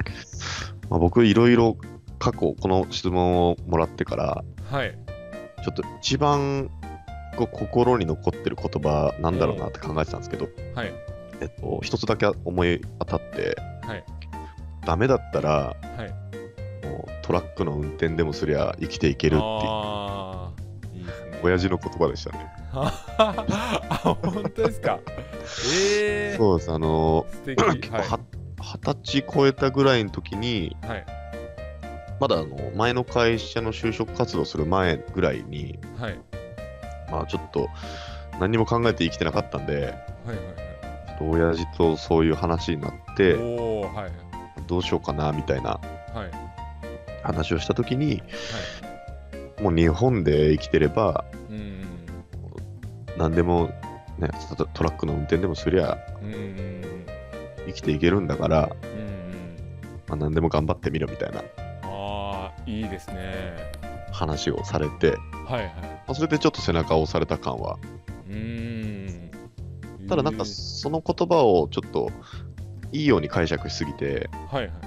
Speaker 1: まあ、僕いろいろ過去、この質問をもらってから、
Speaker 2: はい
Speaker 1: ちょっと一番こう心に残ってる言葉なんだろうなって考えてたんですけど、
Speaker 2: はい
Speaker 1: えっと、一つだけ思い当たって、
Speaker 2: はい
Speaker 1: ダメだったら
Speaker 2: はい
Speaker 1: もうトラックの運転でもすりゃ生きていけるっていう
Speaker 2: ああいいですね
Speaker 1: 親父の言葉でしたね。
Speaker 2: あ本当ですかええー、
Speaker 1: そうです、あの
Speaker 2: 素敵はい
Speaker 1: 結構は二十歳超えたぐらいの時に、
Speaker 2: はい
Speaker 1: まだあの前の会社の就職活動する前ぐらいに、
Speaker 2: はい
Speaker 1: まあちょっと何も考えて生きてなかったんで、
Speaker 2: はいはい
Speaker 1: ちょっと親父とそういう話になっ
Speaker 2: はい
Speaker 1: て、
Speaker 2: おおはい
Speaker 1: どうしようかなみたいな
Speaker 2: はい
Speaker 1: 話をした時に、もう日本で生きてれば
Speaker 2: うん
Speaker 1: 何でも、ね、トトラックの運転でもすりゃ
Speaker 2: うんうんうん
Speaker 1: 生きていけるんだから、
Speaker 2: うんうん
Speaker 1: まあ、何でも頑張ってみろみたいな
Speaker 2: ああいいですね
Speaker 1: 話をされて、ま
Speaker 2: はいは
Speaker 1: あそれでちょっと背中を押された感はい
Speaker 2: うん
Speaker 1: ただなんか
Speaker 2: えー
Speaker 1: その言葉をちょっといいように解釈しすぎて、
Speaker 2: はいはい
Speaker 1: ま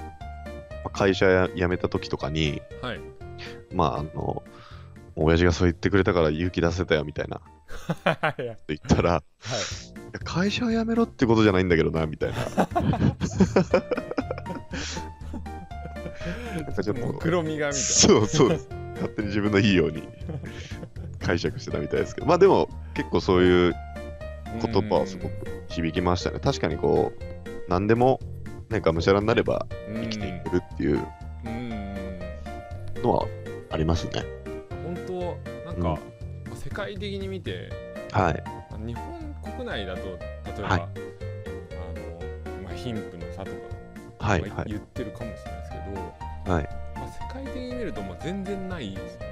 Speaker 1: あ会社や辞めた時とかに、
Speaker 2: はい
Speaker 1: まあ、あの、親父がそう言ってくれたから勇気出せたよみたいなって
Speaker 2: はいはい
Speaker 1: 言ったら、いや会社を辞めろってことじゃないんだけどな、みたい な。なんかちょっと
Speaker 2: もう黒みがみたい
Speaker 1: そうそうです。勝手に自分のいいように解釈してたみたいですけど、まあでも結構そういう
Speaker 2: な
Speaker 1: 言葉はすごく響きましたね。確かにこう、何でも、ね、がむしゃらになれば生
Speaker 2: 生
Speaker 1: きていけるっていう
Speaker 2: うんうん
Speaker 1: のはありますね。
Speaker 2: 本当なんか、世界的に見て
Speaker 1: はい。
Speaker 2: 日本国内だと例えば、
Speaker 1: はい
Speaker 2: あのまあ、貧富の差とか、
Speaker 1: はい
Speaker 2: まあ
Speaker 1: はい。
Speaker 2: 言ってるかもしれないですけど、
Speaker 1: はい
Speaker 2: まあ、世界的に見るともう全然ないですね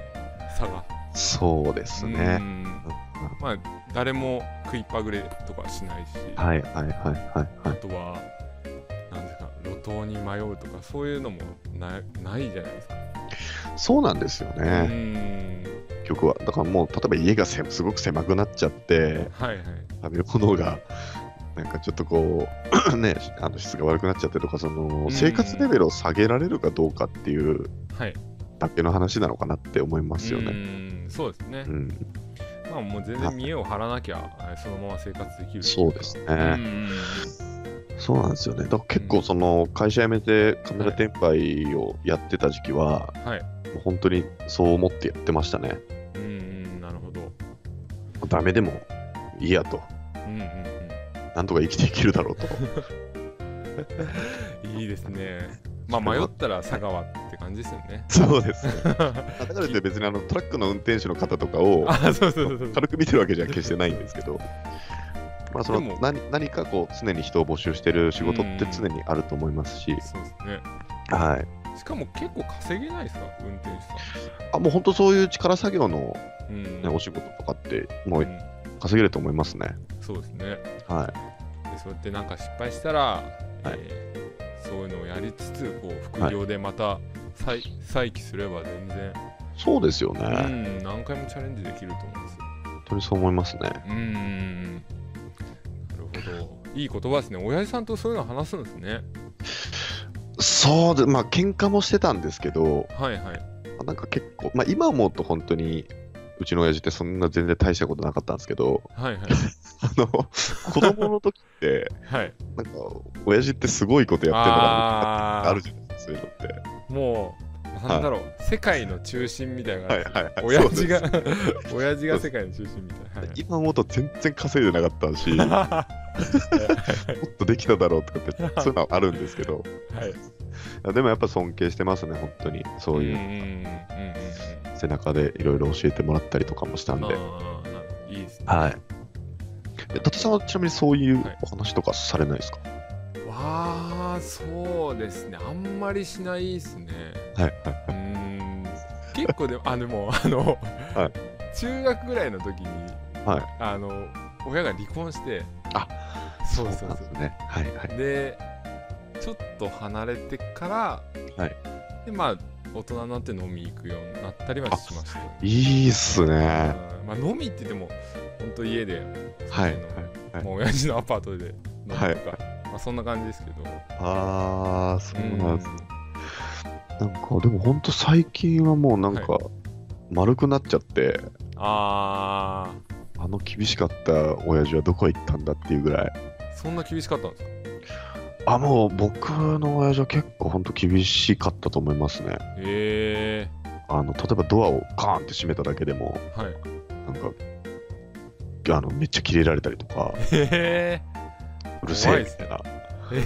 Speaker 2: 差が。
Speaker 1: そうです
Speaker 2: う
Speaker 1: ね。
Speaker 2: んまあ誰も食いっぱぐれとかしないし、
Speaker 1: はいはいはいはいは
Speaker 2: あとはなんですか路頭に迷うとかそういうのもなないじゃないですか。
Speaker 1: い。そうなんですよ
Speaker 2: う
Speaker 1: ね、
Speaker 2: ん
Speaker 1: 曲は。だからもう、例えば家がせすごく狭くなっちゃって、
Speaker 2: はいはい。
Speaker 1: 食べるものが、なんかちょっとこう、 ね、あの質が悪くなっちゃってとか、その
Speaker 2: ん
Speaker 1: 生活レベルを下げられるかどうかっていう
Speaker 2: はい。
Speaker 1: だけの話なのかなって思いますよね。
Speaker 2: うんそうですね
Speaker 1: う。ん、
Speaker 2: まあもう全然見栄を張らなきゃえそのまま生活できるっていか
Speaker 1: そうですね
Speaker 2: うん
Speaker 1: そうなんですよね。だから結構、その会社辞めてカメラ転売をやってた時期は、
Speaker 2: はい
Speaker 1: もう本当にそう思ってやってましたね。
Speaker 2: うんうんうんなるほど。
Speaker 1: ダメでもいいやと、
Speaker 2: うんうん
Speaker 1: なんとか生きていけるだろ うと。
Speaker 2: うん。いいですね。まあ迷ったら佐川って感じですよね。
Speaker 1: そうです、ね。だからといって別にあのトラックの運転手の方とかを
Speaker 2: あそうそうそうそう。
Speaker 1: 軽く見てるわけじゃ決してないんですけど、まあ、そ
Speaker 2: で
Speaker 1: の
Speaker 2: も
Speaker 1: 何何かこう常に人を募集してる仕事って常にあると思いますし、
Speaker 2: そうですね。
Speaker 1: はい、
Speaker 2: しかも結構稼げないですか運転手さ
Speaker 1: あもう本当そういう力作業の、
Speaker 2: ん。うん
Speaker 1: ね、お仕事とかっても
Speaker 2: う
Speaker 1: うん稼げると思いますね。
Speaker 2: そうですね。
Speaker 1: はい、
Speaker 2: でそうやってなんか失敗したら、
Speaker 1: はい
Speaker 2: えーそういうのをやりつつこう副業でまた再,、再起すれば全然、
Speaker 1: そうですよね、本
Speaker 2: うん何回もチャレンジできると思うんですよ。
Speaker 1: 当にそう思いますね。
Speaker 2: うんなるほどいい言葉ですね親父さんとそういうの話すんですね
Speaker 1: そうで、まあ喧嘩もしてたんですけど、
Speaker 2: はいはい
Speaker 1: なんか結構、まあ、今思うと本当にうちの親父ってそんな全然大したことなかったんですけど、
Speaker 2: はいはい
Speaker 1: あ の子供の時って、
Speaker 2: はい
Speaker 1: なんか親父ってすごいことやってるのが
Speaker 2: あ
Speaker 1: あるじゃないですか、そういうのって。
Speaker 2: ーもうなんだろう、世界の中心みたいな、
Speaker 1: はいはいはい、
Speaker 2: 親父が
Speaker 1: そうです
Speaker 2: 親父が世界の中心みたいなはい
Speaker 1: 今思うと全然稼いでなかったし もっとできただろうとかってそういうのはあるんですけど
Speaker 2: はい
Speaker 1: でもやっぱ尊敬してますね本当に そうい
Speaker 2: ん
Speaker 1: う
Speaker 2: うんうん
Speaker 1: 背中でいろいろ教えてもらったりとかもしたん
Speaker 2: うん
Speaker 1: で、
Speaker 2: うんあーなるほどいいですね
Speaker 1: はいえ伊達さんはちなみにそういう
Speaker 2: はい
Speaker 1: お話とかされないですか、
Speaker 2: わあそうですねあんまりしないですね
Speaker 1: はい、は
Speaker 2: うーん結構でもあでも あの、
Speaker 1: は
Speaker 2: 中学ぐらいの時に、
Speaker 1: はい
Speaker 2: あの親が離婚して
Speaker 1: あ
Speaker 2: そうそう
Speaker 1: なん
Speaker 2: そ
Speaker 1: で
Speaker 2: う
Speaker 1: すねはいはい
Speaker 2: でちょっと離れてから、
Speaker 1: はい
Speaker 2: でまあ大人になって飲み行くようになったりはしました、ね、
Speaker 1: いいっすね
Speaker 2: うんまあ、飲みって言っても本当家で
Speaker 1: はい
Speaker 2: あの
Speaker 1: はい
Speaker 2: もう親父のアパートで飲むとか、
Speaker 1: はい
Speaker 2: まあ、そんな感じですけど、
Speaker 1: ああそう
Speaker 2: うん
Speaker 1: なんです、なんかでも本当最近はもうなんか、
Speaker 2: は
Speaker 1: 丸くなっちゃって
Speaker 2: あ
Speaker 1: あの厳しかった親父はどこ行ったんだっていうぐらい
Speaker 2: ーそんな厳しかったんですか
Speaker 1: あもう僕の親父は結構ほんと厳しかったと思いますね
Speaker 2: え
Speaker 1: あの例えばドアをカーンって閉めただけでも
Speaker 2: え はい
Speaker 1: なんかあのめっちゃキレられたりとか
Speaker 2: え
Speaker 1: うるせ
Speaker 2: 怖
Speaker 1: え
Speaker 2: い
Speaker 1: み
Speaker 2: です
Speaker 1: た
Speaker 2: ね
Speaker 1: いな
Speaker 2: ー、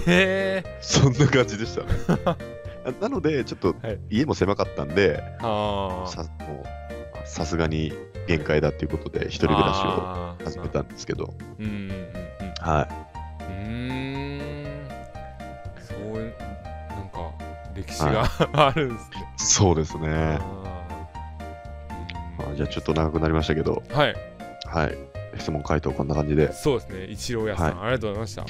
Speaker 2: え
Speaker 1: そんな感じでしたね あなのでちょっと
Speaker 2: はい
Speaker 1: 家も狭かったんで、
Speaker 2: ー、あー
Speaker 1: さもうさすがに限界だっていうことで一人暮らしを
Speaker 2: あー
Speaker 1: 始めたんですけど
Speaker 2: うんうんうん
Speaker 1: は
Speaker 2: うんうーんそういうなんか歴史が、 あるんですね
Speaker 1: いそうですね
Speaker 2: あーうん
Speaker 1: あじゃあちょっと長くなりましたけど
Speaker 2: はい
Speaker 1: はい質問回答こんな感じで
Speaker 2: そうですね一郎屋さん、ありがとうございました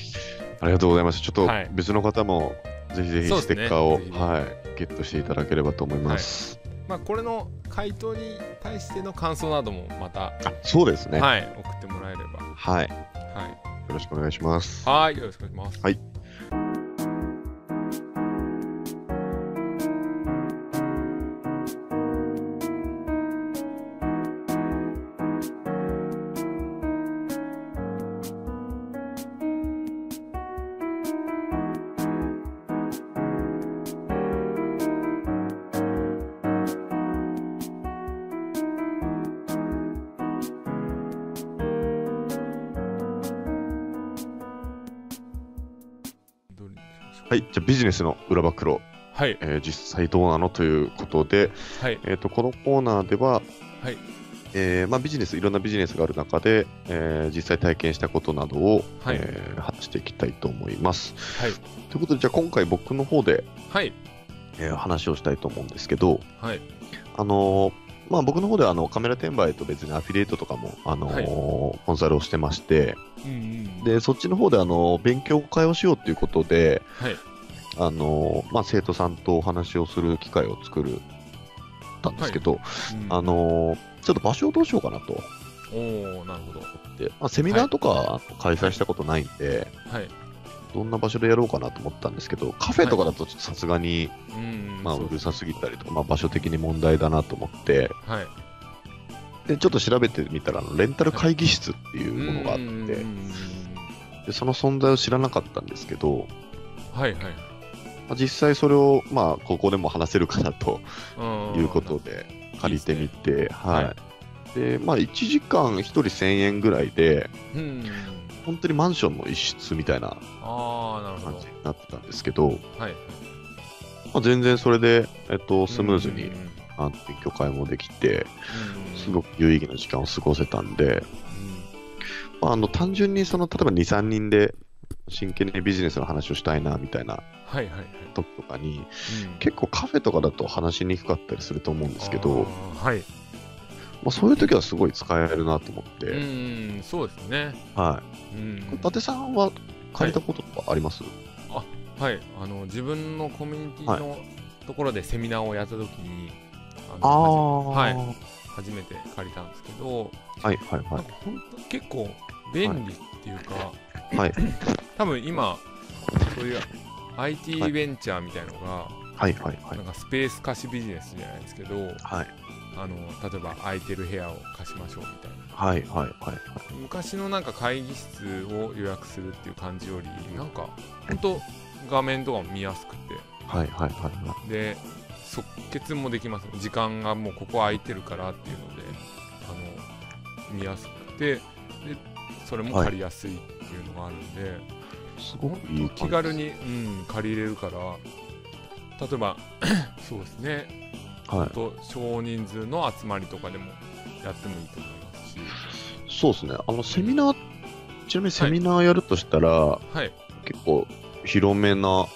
Speaker 1: ありがとうございます。ちょっと
Speaker 2: はい
Speaker 1: 別の方も、ぜひぜひ
Speaker 2: そうで
Speaker 1: ス
Speaker 2: す
Speaker 1: テ
Speaker 2: ね
Speaker 1: ッカーを、
Speaker 2: ぜひぜひ
Speaker 1: はい、ゲットしていただければと思います。
Speaker 2: まあこれの回答に対しての感想などもまた、
Speaker 1: あそうですね、はい。
Speaker 2: はい送ってもらえれば
Speaker 1: よ
Speaker 2: はい
Speaker 1: ろしくお願いします。
Speaker 2: はいよろしくお願いします
Speaker 1: はいはい、じゃあビジネスの裏暴露、
Speaker 2: はい
Speaker 1: えー実際どうなのということで、
Speaker 2: はい
Speaker 1: えー、とこのコーナーでは、
Speaker 2: はい
Speaker 1: えーまあ、ビジネスいろんなビジネスがある中で、えー実際体験したことなどを、
Speaker 2: はい
Speaker 1: えー話していきたいと思います。
Speaker 2: はい
Speaker 1: ということでじゃあ今回僕の方で、
Speaker 2: はい
Speaker 1: えー話をしたいと思うんですけど、
Speaker 2: はい
Speaker 1: あのーまあ、僕の方ではあのカメラ転売と別にアフィリエイトとかも、あのー
Speaker 2: はい
Speaker 1: コンサルをしてまして
Speaker 2: うんうん
Speaker 1: でそっちの方であのー勉強会をしようということで、
Speaker 2: はい
Speaker 1: あのーまあ、生徒さんとお話をする機会を作るたんですけど、
Speaker 2: うん
Speaker 1: あのーちょっと場所をどうしようかなと思
Speaker 2: おおなるほど
Speaker 1: って、まあ、セミナーとか開催したことないんで、
Speaker 2: はい
Speaker 1: どんな場所でやろうかなと思ったんですけどカフェとかだとちょっとさすがに、
Speaker 2: うんうん
Speaker 1: まあ、
Speaker 2: そう
Speaker 1: うるさすぎたりとか、まあ、場所的に問題だなと思って
Speaker 2: はい
Speaker 1: でちょっと調べてみたらあのレンタル会議室っていうものがあって、
Speaker 2: うんうんうんうん
Speaker 1: でその存在を知らなかったんですけど、
Speaker 2: はいはい
Speaker 1: まあ、実際それを、まあ、ここでも話せるかなと
Speaker 2: うん
Speaker 1: いうことで借りてみてはい、
Speaker 2: は
Speaker 1: でまあ、1時間1人1000円ぐらいで
Speaker 2: うんうんうん
Speaker 1: 本当にマンションの一室みたいな
Speaker 2: ああなるほ
Speaker 1: 感
Speaker 2: ど
Speaker 1: じになってたんですけど、
Speaker 2: はい
Speaker 1: まあ、全然それで、えっと、スムーズに、
Speaker 2: うんうんうん
Speaker 1: あの勉強会もできて
Speaker 2: うん
Speaker 1: すごく有意義な時間を過ごせたんで、まあ、あの単純にその例えば23人で真剣にビジネスの話をしたいなみたいな
Speaker 2: はいはいはい
Speaker 1: 時とかに
Speaker 2: うん
Speaker 1: 結構カフェとかだと話しにくかったりすると思うんですけど
Speaker 2: あーはい
Speaker 1: まあ、そういう時はすごい使えるなと思って、
Speaker 2: うんうんそうですね
Speaker 1: は
Speaker 2: うん
Speaker 1: い、伊達さんは借りたこととかあります、
Speaker 2: はい、あの自分のコミュニティのところでセミナーをやった時に、あの
Speaker 1: は
Speaker 2: 初
Speaker 1: い
Speaker 2: めはい、初めて借りたんですけど、
Speaker 1: はいはい
Speaker 2: な
Speaker 1: は
Speaker 2: んかほんと結構便利っていうか、
Speaker 1: いはい
Speaker 2: 多分今そういう IT ベンチャーみたいのが、
Speaker 1: はいはいはい
Speaker 2: なんかスペース貸しビジネスじゃないですけど
Speaker 1: はい
Speaker 2: あの例えば空いてる部屋を貸しましょうみたいな
Speaker 1: はいはいはい
Speaker 2: 昔のなんか会議室を予約するっていう感じよりなんか本当画面とかも見やすくて
Speaker 1: はいはいはいは
Speaker 2: で即決もできます時間がもうここ空いてるからっていうのであの見やすくてでそれも借りやすいっていうのがあるんで、
Speaker 1: いすご
Speaker 2: 本
Speaker 1: く
Speaker 2: 当
Speaker 1: いい感じ
Speaker 2: 気軽に、うん、借りれるから例えば そうですね
Speaker 1: はい
Speaker 2: と少人数の集まりとかでもやってもいいと思いますし
Speaker 1: そうですねあのセミナーちなみにセミナーやるとしたら、
Speaker 2: はい
Speaker 1: 結構広めな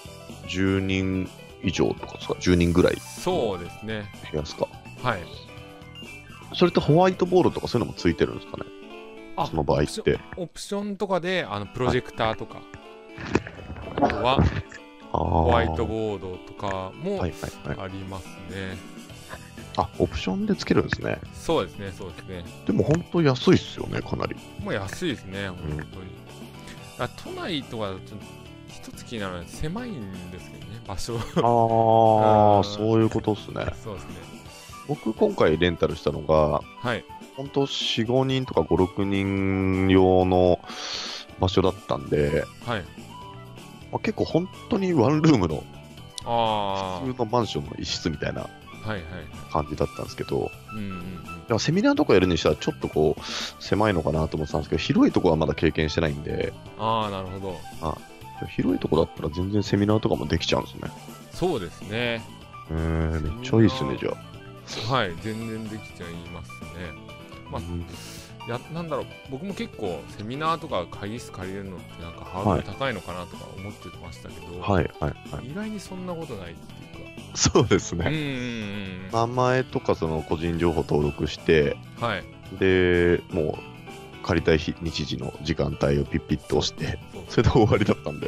Speaker 1: 10人以上とかですか10人ぐらい
Speaker 2: そうですね
Speaker 1: 部屋ですか
Speaker 2: はい
Speaker 1: それってホワイトボードとかそういうのもついてるんですかね
Speaker 2: あ
Speaker 1: その場合って
Speaker 2: オプションとかであのプロジェクターとか、あとは
Speaker 1: ホ
Speaker 2: ホワイトボードとかも
Speaker 1: はいはいはい
Speaker 2: ありますね。
Speaker 1: あオプションでつけるんですね
Speaker 2: そうですね、そうですね。
Speaker 1: でも本当安いっすよねかな り
Speaker 2: もう安いですね、本
Speaker 1: ん
Speaker 2: 当に。あ都内とかだと、一つ気になるのは狭いんですけどね、場
Speaker 1: あ
Speaker 2: 所。う
Speaker 1: あ、
Speaker 2: ん
Speaker 1: そういうことですね。
Speaker 2: そうですね。
Speaker 1: 僕、今回レンタルしたのが、
Speaker 2: はい。
Speaker 1: 本当4、5人とか5、6人用の場所だったんで、
Speaker 2: はい。
Speaker 1: まあ、結構本当にワンルームの
Speaker 2: あ
Speaker 1: 普通のマンションの一室みたいな
Speaker 2: あ。はいはい。
Speaker 1: 感じだったんですけど、
Speaker 2: うんうんうん。
Speaker 1: でもセミナーとかやるにしたらちょっとこう、狭いのかなと思ってたんですけど、広いとこはまだ経験してないんで、
Speaker 2: ああ、なるほど。
Speaker 1: 広いとこだったら全然セミナーとかもできちゃうんですね。
Speaker 2: そうですね。
Speaker 1: へーめっちゃいいですね、じゃあ。
Speaker 2: はい。全然できちゃいますね。まあ
Speaker 1: うん
Speaker 2: やなんだろう僕も結構セミナーとか会議室借りれるのってなんかハードル高いのかなとか思ってましたけど、
Speaker 1: はいはいはい。
Speaker 2: 意外にそんなことないっていうか
Speaker 1: そうです
Speaker 2: うん
Speaker 1: ね。
Speaker 2: うんうん
Speaker 1: 名前とかその個人情報登録して、
Speaker 2: はい
Speaker 1: で、もう借りたい日日時の時間帯をピッピッと押して、
Speaker 2: そう
Speaker 1: それで終わりだったんで、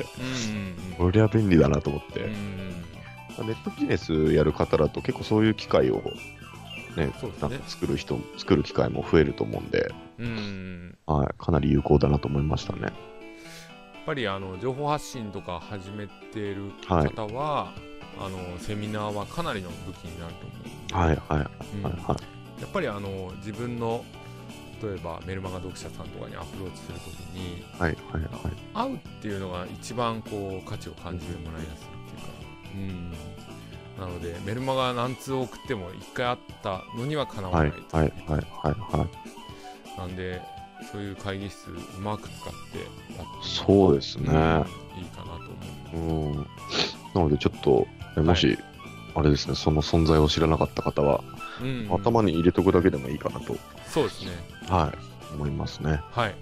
Speaker 2: うん
Speaker 1: こりゃ便利だなと思って、
Speaker 2: うんうんうん
Speaker 1: ネットビジネスやる方だと結構そういう機会を、ね、
Speaker 2: そうです
Speaker 1: なん
Speaker 2: ね
Speaker 1: か作る人、作る機会も増えると思うんで、
Speaker 2: うんうんうん
Speaker 1: はい、かなり有効だなと思いましたね。
Speaker 2: やっぱりあの情報発信とか始めてる方は、あのセミナーはかなりの武器になると思うんで
Speaker 1: はいはい
Speaker 2: うん
Speaker 1: はいはい。
Speaker 2: やっぱりあの自分の例えばメルマガ読者さんとかにアプローチするときに
Speaker 1: はいはいはい。
Speaker 2: 会うっていうのが一番こう価値を感じてもらいやすいっていうか、うん、なのでメルマガ何通送っても一回会ったのにはかなわ
Speaker 1: は
Speaker 2: ない
Speaker 1: い
Speaker 2: という
Speaker 1: はいはいはいはい。
Speaker 2: なんでそういう会議室うまく使ってやって
Speaker 1: そうです
Speaker 2: うん
Speaker 1: ね。
Speaker 2: いいかなと
Speaker 1: う
Speaker 2: 思う
Speaker 1: ん。なので、ちょっと、ねもし、あれですね、その存在を知らなかった方は、
Speaker 2: うん、
Speaker 1: 頭に入れとくだけでもいいかなと、
Speaker 2: そうですね
Speaker 1: はい、思いますね。
Speaker 2: はい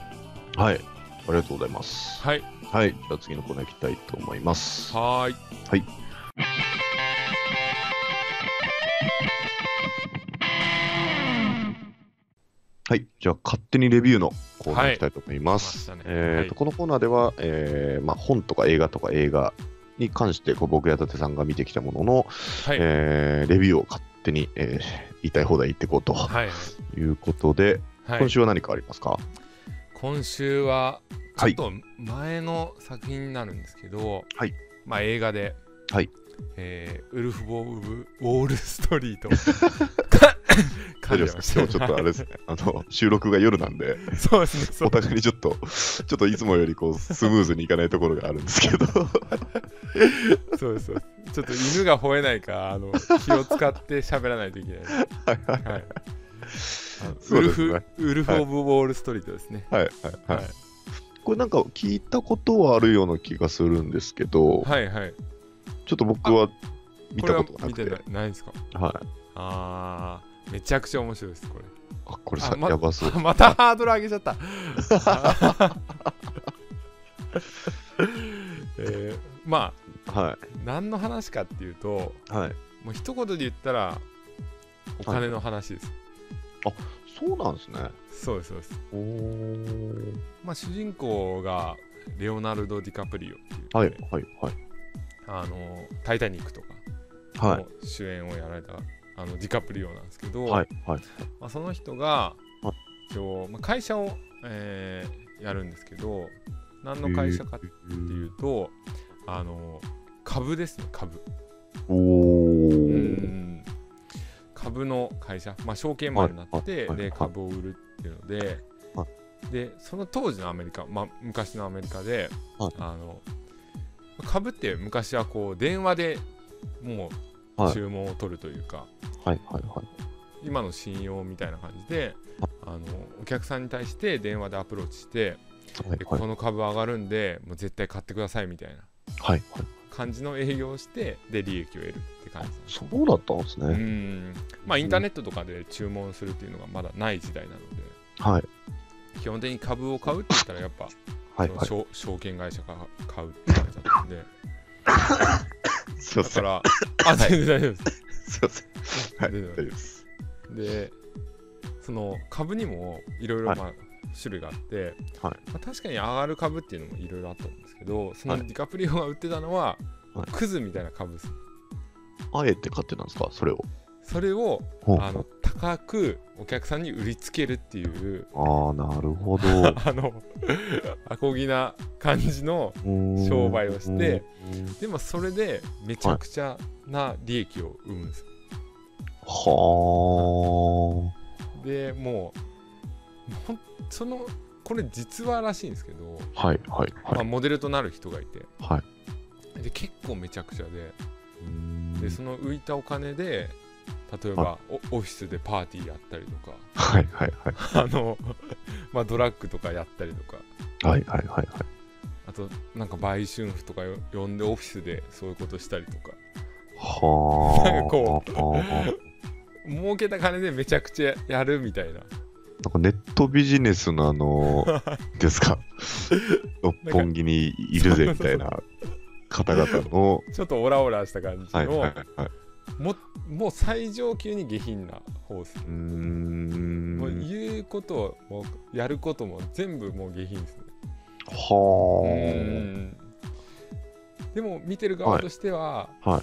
Speaker 1: はい。ありがとうございます。
Speaker 2: はい
Speaker 1: はい。じゃあ次のコーナー行きたいと思います。
Speaker 2: はーい
Speaker 1: はい。じゃあ、勝手にレビューのコーナー行きたいと思いま
Speaker 2: はい来
Speaker 1: す。
Speaker 2: ましたね
Speaker 1: えーと
Speaker 2: はい
Speaker 1: このコーナーでは、えーまあ、本とか映画とか映画に関してこう僕や伊達さんが見てきたものの、
Speaker 2: はい、
Speaker 1: えーレビューを勝手に、えー言いたい放題言っていこうと
Speaker 2: はい
Speaker 1: いうことで、
Speaker 2: はい
Speaker 1: 今週は何かありますか
Speaker 2: 今週はちょ
Speaker 1: は
Speaker 2: っ
Speaker 1: い
Speaker 2: と前の作品になるんですけど、
Speaker 1: はい
Speaker 2: まあ、映画で、
Speaker 1: はい
Speaker 2: えーウルフ・ボブ・ウォール・ス トリートか
Speaker 1: 大
Speaker 2: 噛
Speaker 1: 丈
Speaker 2: ん
Speaker 1: 夫でか今日ち
Speaker 2: じゃいますし た
Speaker 1: ょっとあれですね、あの収録が夜なんで、
Speaker 2: そうですね そう
Speaker 1: お互いにちょっと、ちょっといつもよりこうスムーズにいかないところがあるんですけど、
Speaker 2: そうですそうですちょっと犬が吠えないかあの気を使って喋らないといけない、はいあの
Speaker 1: そう
Speaker 2: ウル
Speaker 1: ですね
Speaker 2: フ・ウルフ・
Speaker 1: はい
Speaker 2: オブ・ウォール・ストリートですね
Speaker 1: はいはいは
Speaker 2: はいい。
Speaker 1: これなんか聞いたことはあるような気がするんですけど、
Speaker 2: はいはい
Speaker 1: ちょっと僕は見
Speaker 2: これ
Speaker 1: た
Speaker 2: は
Speaker 1: ことがな
Speaker 2: 見
Speaker 1: く
Speaker 2: て
Speaker 1: て、
Speaker 2: ないないんですか
Speaker 1: はい。
Speaker 2: あーめちゃくちゃ面白いですこれ
Speaker 1: あ、これ
Speaker 2: あ
Speaker 1: さ、
Speaker 2: ま
Speaker 1: やばそう。
Speaker 2: またハードル上げち ゃった。えーまあ
Speaker 1: は
Speaker 2: 何の話かっていうと
Speaker 1: い。はい。
Speaker 2: もう一言で言ったらお金の話です、
Speaker 1: そうなんですね。
Speaker 2: そうですそうです、
Speaker 1: おー。
Speaker 2: まあ、主人公がレオナルド・ディカプリオっていうね、
Speaker 1: はいはいはい。
Speaker 2: あの「タイタニック」とか
Speaker 1: はい
Speaker 2: の主演をやられた、あのディカプリオなんですけど、
Speaker 1: はいはい。
Speaker 2: まあ、その人が
Speaker 1: は
Speaker 2: 一応、まあ、会社を、えーやるんですけど何の会社かってっていうと、あの株ですね株、
Speaker 1: おー。
Speaker 2: うん株の会社、まあ、証券マンになって、
Speaker 1: はいはいはい
Speaker 2: で株を売るっていうので,、
Speaker 1: は
Speaker 2: でその当時のアメリカ、まあ、昔のアメリカで、
Speaker 1: はい
Speaker 2: あの株って昔はこう電話でも
Speaker 1: は
Speaker 2: う
Speaker 1: い
Speaker 2: 注文を取るというか、
Speaker 1: はいはいはい。
Speaker 2: 今の信用みたいな感じであのお客さんに対して電話でアプローチして、
Speaker 1: はい
Speaker 2: で
Speaker 1: はい
Speaker 2: この株上がるんでもう絶対買ってくださいみたいな。
Speaker 1: はいはい。
Speaker 2: 感じの営業をしてで利益を得るって感じ
Speaker 1: そうだったんです
Speaker 2: う
Speaker 1: ね。
Speaker 2: んまあインターネットとかで注文するっていうのがまだない時代なので
Speaker 1: はい
Speaker 2: 基本的に株を買うって言ったらやっぱ、
Speaker 1: はい
Speaker 2: そ
Speaker 1: は
Speaker 2: の
Speaker 1: い。
Speaker 2: 証証券会社が買うって感じだったんで
Speaker 1: すいま
Speaker 2: だ
Speaker 1: せ
Speaker 2: か
Speaker 1: ん。
Speaker 2: ら あ全然大丈夫です
Speaker 1: すいません。はい
Speaker 2: 全然
Speaker 1: 大
Speaker 2: 大
Speaker 1: 丈
Speaker 2: 丈
Speaker 1: 夫です。
Speaker 2: 夫ですでその株にもいろいろ
Speaker 1: はい
Speaker 2: まあ種類があって、
Speaker 1: はい
Speaker 2: まあ、確かに上がる株っていうのもいろいろあったんですけどその
Speaker 1: はい
Speaker 2: ディカプリオが売ってたのは、
Speaker 1: はい
Speaker 2: クズみたいな株です
Speaker 1: あえて買ってたんですかそれを。
Speaker 2: それを
Speaker 1: ほう
Speaker 2: あの高くお客さんに売りつけるっていう。
Speaker 1: ああ、なるほど
Speaker 2: あのアコギな感じの
Speaker 1: 商
Speaker 2: 商売をして、でもそれでめちゃくちゃな利益を生むんです、
Speaker 1: は
Speaker 2: でもうほんそのこれ実話らしいんですけど、
Speaker 1: あ。はいはい
Speaker 2: ま
Speaker 1: は
Speaker 2: あ、
Speaker 1: い。
Speaker 2: モデルとなる人がいて
Speaker 1: はい
Speaker 2: で結構めちゃくちゃで
Speaker 1: うーん
Speaker 2: でその浮いたお金で例えばおオフィスでパーティーやったりとか
Speaker 1: はいはいはい。
Speaker 2: あの、 まあ、ドラッグとかやったりとか
Speaker 1: はいはいはいはい。
Speaker 2: あとなんか売春婦とかよ呼んでオフィスでそういうことしたりとか
Speaker 1: はあ。
Speaker 2: なんかこ
Speaker 1: あー
Speaker 2: 儲けた金でめちゃくちゃやるみたい
Speaker 1: な
Speaker 2: な
Speaker 1: んかネットビジネスのあ の、ですか。六本木にいるぜみたいな方々の。
Speaker 2: ちょっとオラオラした感じ
Speaker 1: はいはい
Speaker 2: の、
Speaker 1: はい。
Speaker 2: ももう最上級に下品なホース、
Speaker 1: うー。
Speaker 2: もうん言うこともやることも全部もう下品ですねう
Speaker 1: は
Speaker 2: んでも見てる側としては、
Speaker 1: あ。はい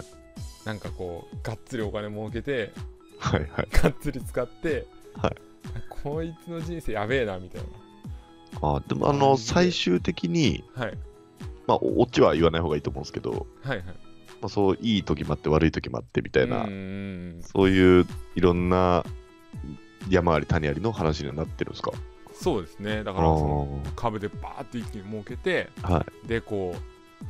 Speaker 2: なんかこうがっつりお金儲けて
Speaker 1: はいはい。
Speaker 2: がっつり使って、
Speaker 1: はい
Speaker 2: こいつの人生やべえなみたい
Speaker 1: あーでもあの、最終的に、
Speaker 2: な、はい、
Speaker 1: まあ、おオチは言わない方がいいと思うんですけど、
Speaker 2: はいはい
Speaker 1: まあ、そういい時もあって悪い時もあってみたいな、
Speaker 2: うん
Speaker 1: そういういろんな山あり谷ありの話にはなってるんですか
Speaker 2: そうですねだ
Speaker 1: あ
Speaker 2: からその株でバーって一気に儲けて
Speaker 1: ーはい
Speaker 2: でこ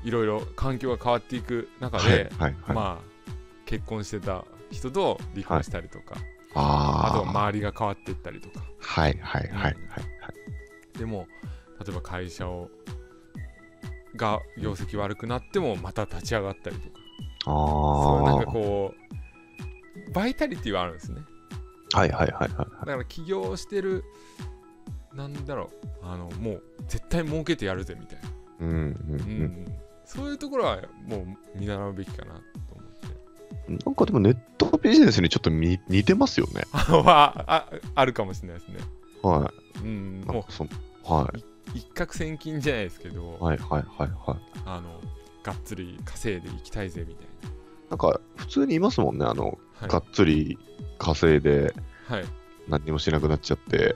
Speaker 2: ういろいろ環境が変わっていく中
Speaker 1: はい
Speaker 2: で、
Speaker 1: はいはい、
Speaker 2: まあ結婚してた人と離婚したりとか、
Speaker 1: あ
Speaker 2: あとは
Speaker 1: あ
Speaker 2: 周りが変わっていったりとか
Speaker 1: はいはいはいはいはい
Speaker 2: でも例えば会社をが業績悪くなってもまた立ち上がったりとか
Speaker 1: あ
Speaker 2: そうなんか
Speaker 1: あ。
Speaker 2: こうバイタリティはあるんですね
Speaker 1: はいはいはいは
Speaker 2: だから起業してるなんだろうあのもう絶対儲けてやるぜみたいな、
Speaker 1: い。うんうんう
Speaker 2: うん
Speaker 1: ん。
Speaker 2: そういうところはもう見習うべきかなと思って
Speaker 1: なんかでもネットビジネスにちょっと似似てますよね。
Speaker 2: あはああるかもしれないですね
Speaker 1: は
Speaker 2: うん
Speaker 1: い。なん
Speaker 2: も
Speaker 1: かそのは
Speaker 2: う一攫千金じゃないですけど、
Speaker 1: いはいはいはいはい。
Speaker 2: あのがっつり稼いでいきたいぜみたい
Speaker 1: なんか普通にいますもんね、あの、
Speaker 2: な
Speaker 1: がっつり稼いで
Speaker 2: はい、はい、
Speaker 1: 何にもしなくなっちゃって、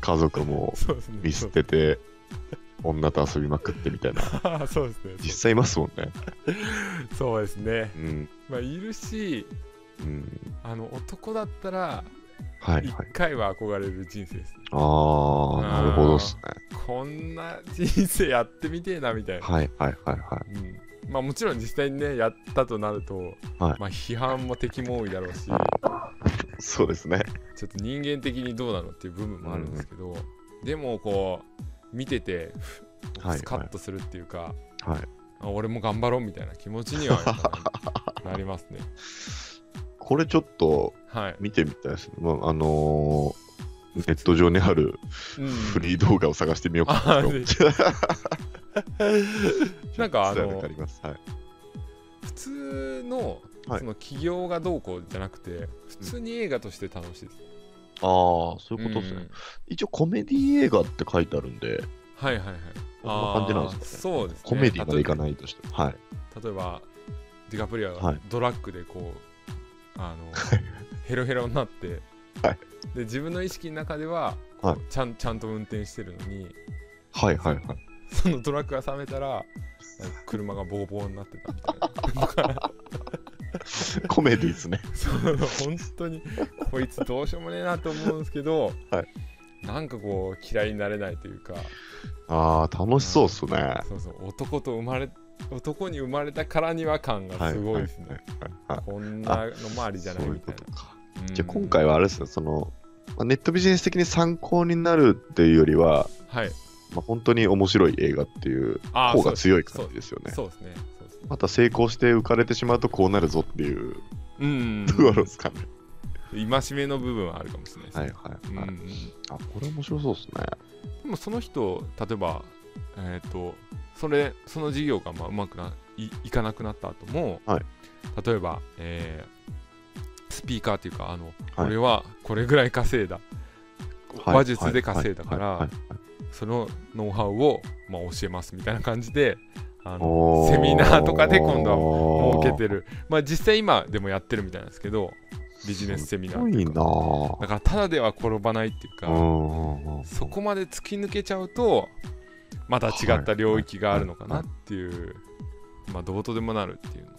Speaker 1: 家族も
Speaker 2: そうですね
Speaker 1: 見捨てて、女と遊びまくってみたいな、
Speaker 2: そう ですね
Speaker 1: 実際いますもんね。
Speaker 2: そうですね
Speaker 1: うん。
Speaker 2: まあいるし
Speaker 1: うん。
Speaker 2: あの男だったら
Speaker 1: はい
Speaker 2: 一
Speaker 1: はい。
Speaker 2: 回は憧れる人生ですね、
Speaker 1: ああ、なるほどっすね。
Speaker 2: こんな人生やってみてえなみたいな、
Speaker 1: はいはいはいは
Speaker 2: うんまあもちろん実際にねやったとなると、
Speaker 1: はい
Speaker 2: まあ批判も敵も多いだろうしちょ
Speaker 1: い。そうですね。
Speaker 2: っと人間的にどうなのっていう部分もあるんですけど、でもこう見てて
Speaker 1: はい
Speaker 2: スカッとするっていうか、
Speaker 1: はい。
Speaker 2: あ俺も頑張ろうみたいな気持ちにはやっ ぱななりますね
Speaker 1: これちょっと
Speaker 2: はい、
Speaker 1: 見てみたいですね。まあ、あのーネット上にある
Speaker 2: うん
Speaker 1: フリー動画を探してみようか
Speaker 2: あ
Speaker 1: なと。
Speaker 2: ー なんかあの
Speaker 1: あります。はい。
Speaker 2: 普通の
Speaker 1: はい
Speaker 2: その起業がどうこうじゃなくて、普通に映画として楽しいです、
Speaker 1: ああ、そういうことです
Speaker 2: う
Speaker 1: ね
Speaker 2: ん。
Speaker 1: 一応コメディ映画って書いてあるんで、
Speaker 2: はいはいはい
Speaker 1: こんな感じなんですかね
Speaker 2: あーそうですね
Speaker 1: コメディまでいかないとしても。はい。
Speaker 2: 例えばディカプリア
Speaker 1: は
Speaker 2: が
Speaker 1: い
Speaker 2: ドラッグでこう、あ のヘロヘロになって、
Speaker 1: はい
Speaker 2: で自分の意識の中では、
Speaker 1: はい
Speaker 2: こうちゃんちゃんと運転してるのに
Speaker 1: はいはいはい。
Speaker 2: そのドラッグが冷めたらなんか車がボーボーになってたみた いななんか
Speaker 1: コメディですね。
Speaker 2: その本当にこいつどうしようもねえなと思うんですけど、
Speaker 1: は
Speaker 2: なんかこう嫌いになれないというか
Speaker 1: ああ、楽しそうっすね。
Speaker 2: そうそう男と生まれ男に生まれたからには感がすごいですね、
Speaker 1: はいはい
Speaker 2: こんなのもありじゃない
Speaker 1: そうい
Speaker 2: み
Speaker 1: う
Speaker 2: た
Speaker 1: こ
Speaker 2: いな
Speaker 1: とか。
Speaker 2: うん
Speaker 1: じゃあ今回はあれですね、その、まあネットビジネス的に参考になるっていうよりは、
Speaker 2: はい
Speaker 1: まあ、本当に面白い映画っていう
Speaker 2: あー
Speaker 1: 方が
Speaker 2: そう
Speaker 1: 強い感じですよね。
Speaker 2: そうですねそうですね
Speaker 1: また成功して浮かれてしまうとこうなるぞっていう
Speaker 2: うん
Speaker 1: ところですかね。
Speaker 2: 戒めの部分はあるかもしれないです
Speaker 1: はい
Speaker 2: ね、
Speaker 1: はいはい。
Speaker 2: うんうん
Speaker 1: あ、これ面白そうですね。
Speaker 2: でもその人例えばえっ、とそれその事業がまあうまくないいかなくなった後も、
Speaker 1: はい
Speaker 2: 例えば、えースピーカーっていうかあの、
Speaker 1: はい
Speaker 2: 俺はこれぐらい稼いだ、
Speaker 1: はい
Speaker 2: 話術で稼いだから、
Speaker 1: はいはい
Speaker 2: そのノウハウを、まあ、教えますみたいな感じであの
Speaker 1: お
Speaker 2: セミナーとかで今度は
Speaker 1: 度
Speaker 2: 儲けてるまあ実際今でもやってるみたいなんですけどビジネスセミナー
Speaker 1: すご
Speaker 2: ってい
Speaker 1: いう
Speaker 2: か
Speaker 1: なぁ
Speaker 2: だからただでは転ばないっていう
Speaker 1: う
Speaker 2: か
Speaker 1: んうんうん
Speaker 2: そこまで突き抜けちゃうとまた違った領域があるのかなっていうまあどうとでもなるっていうの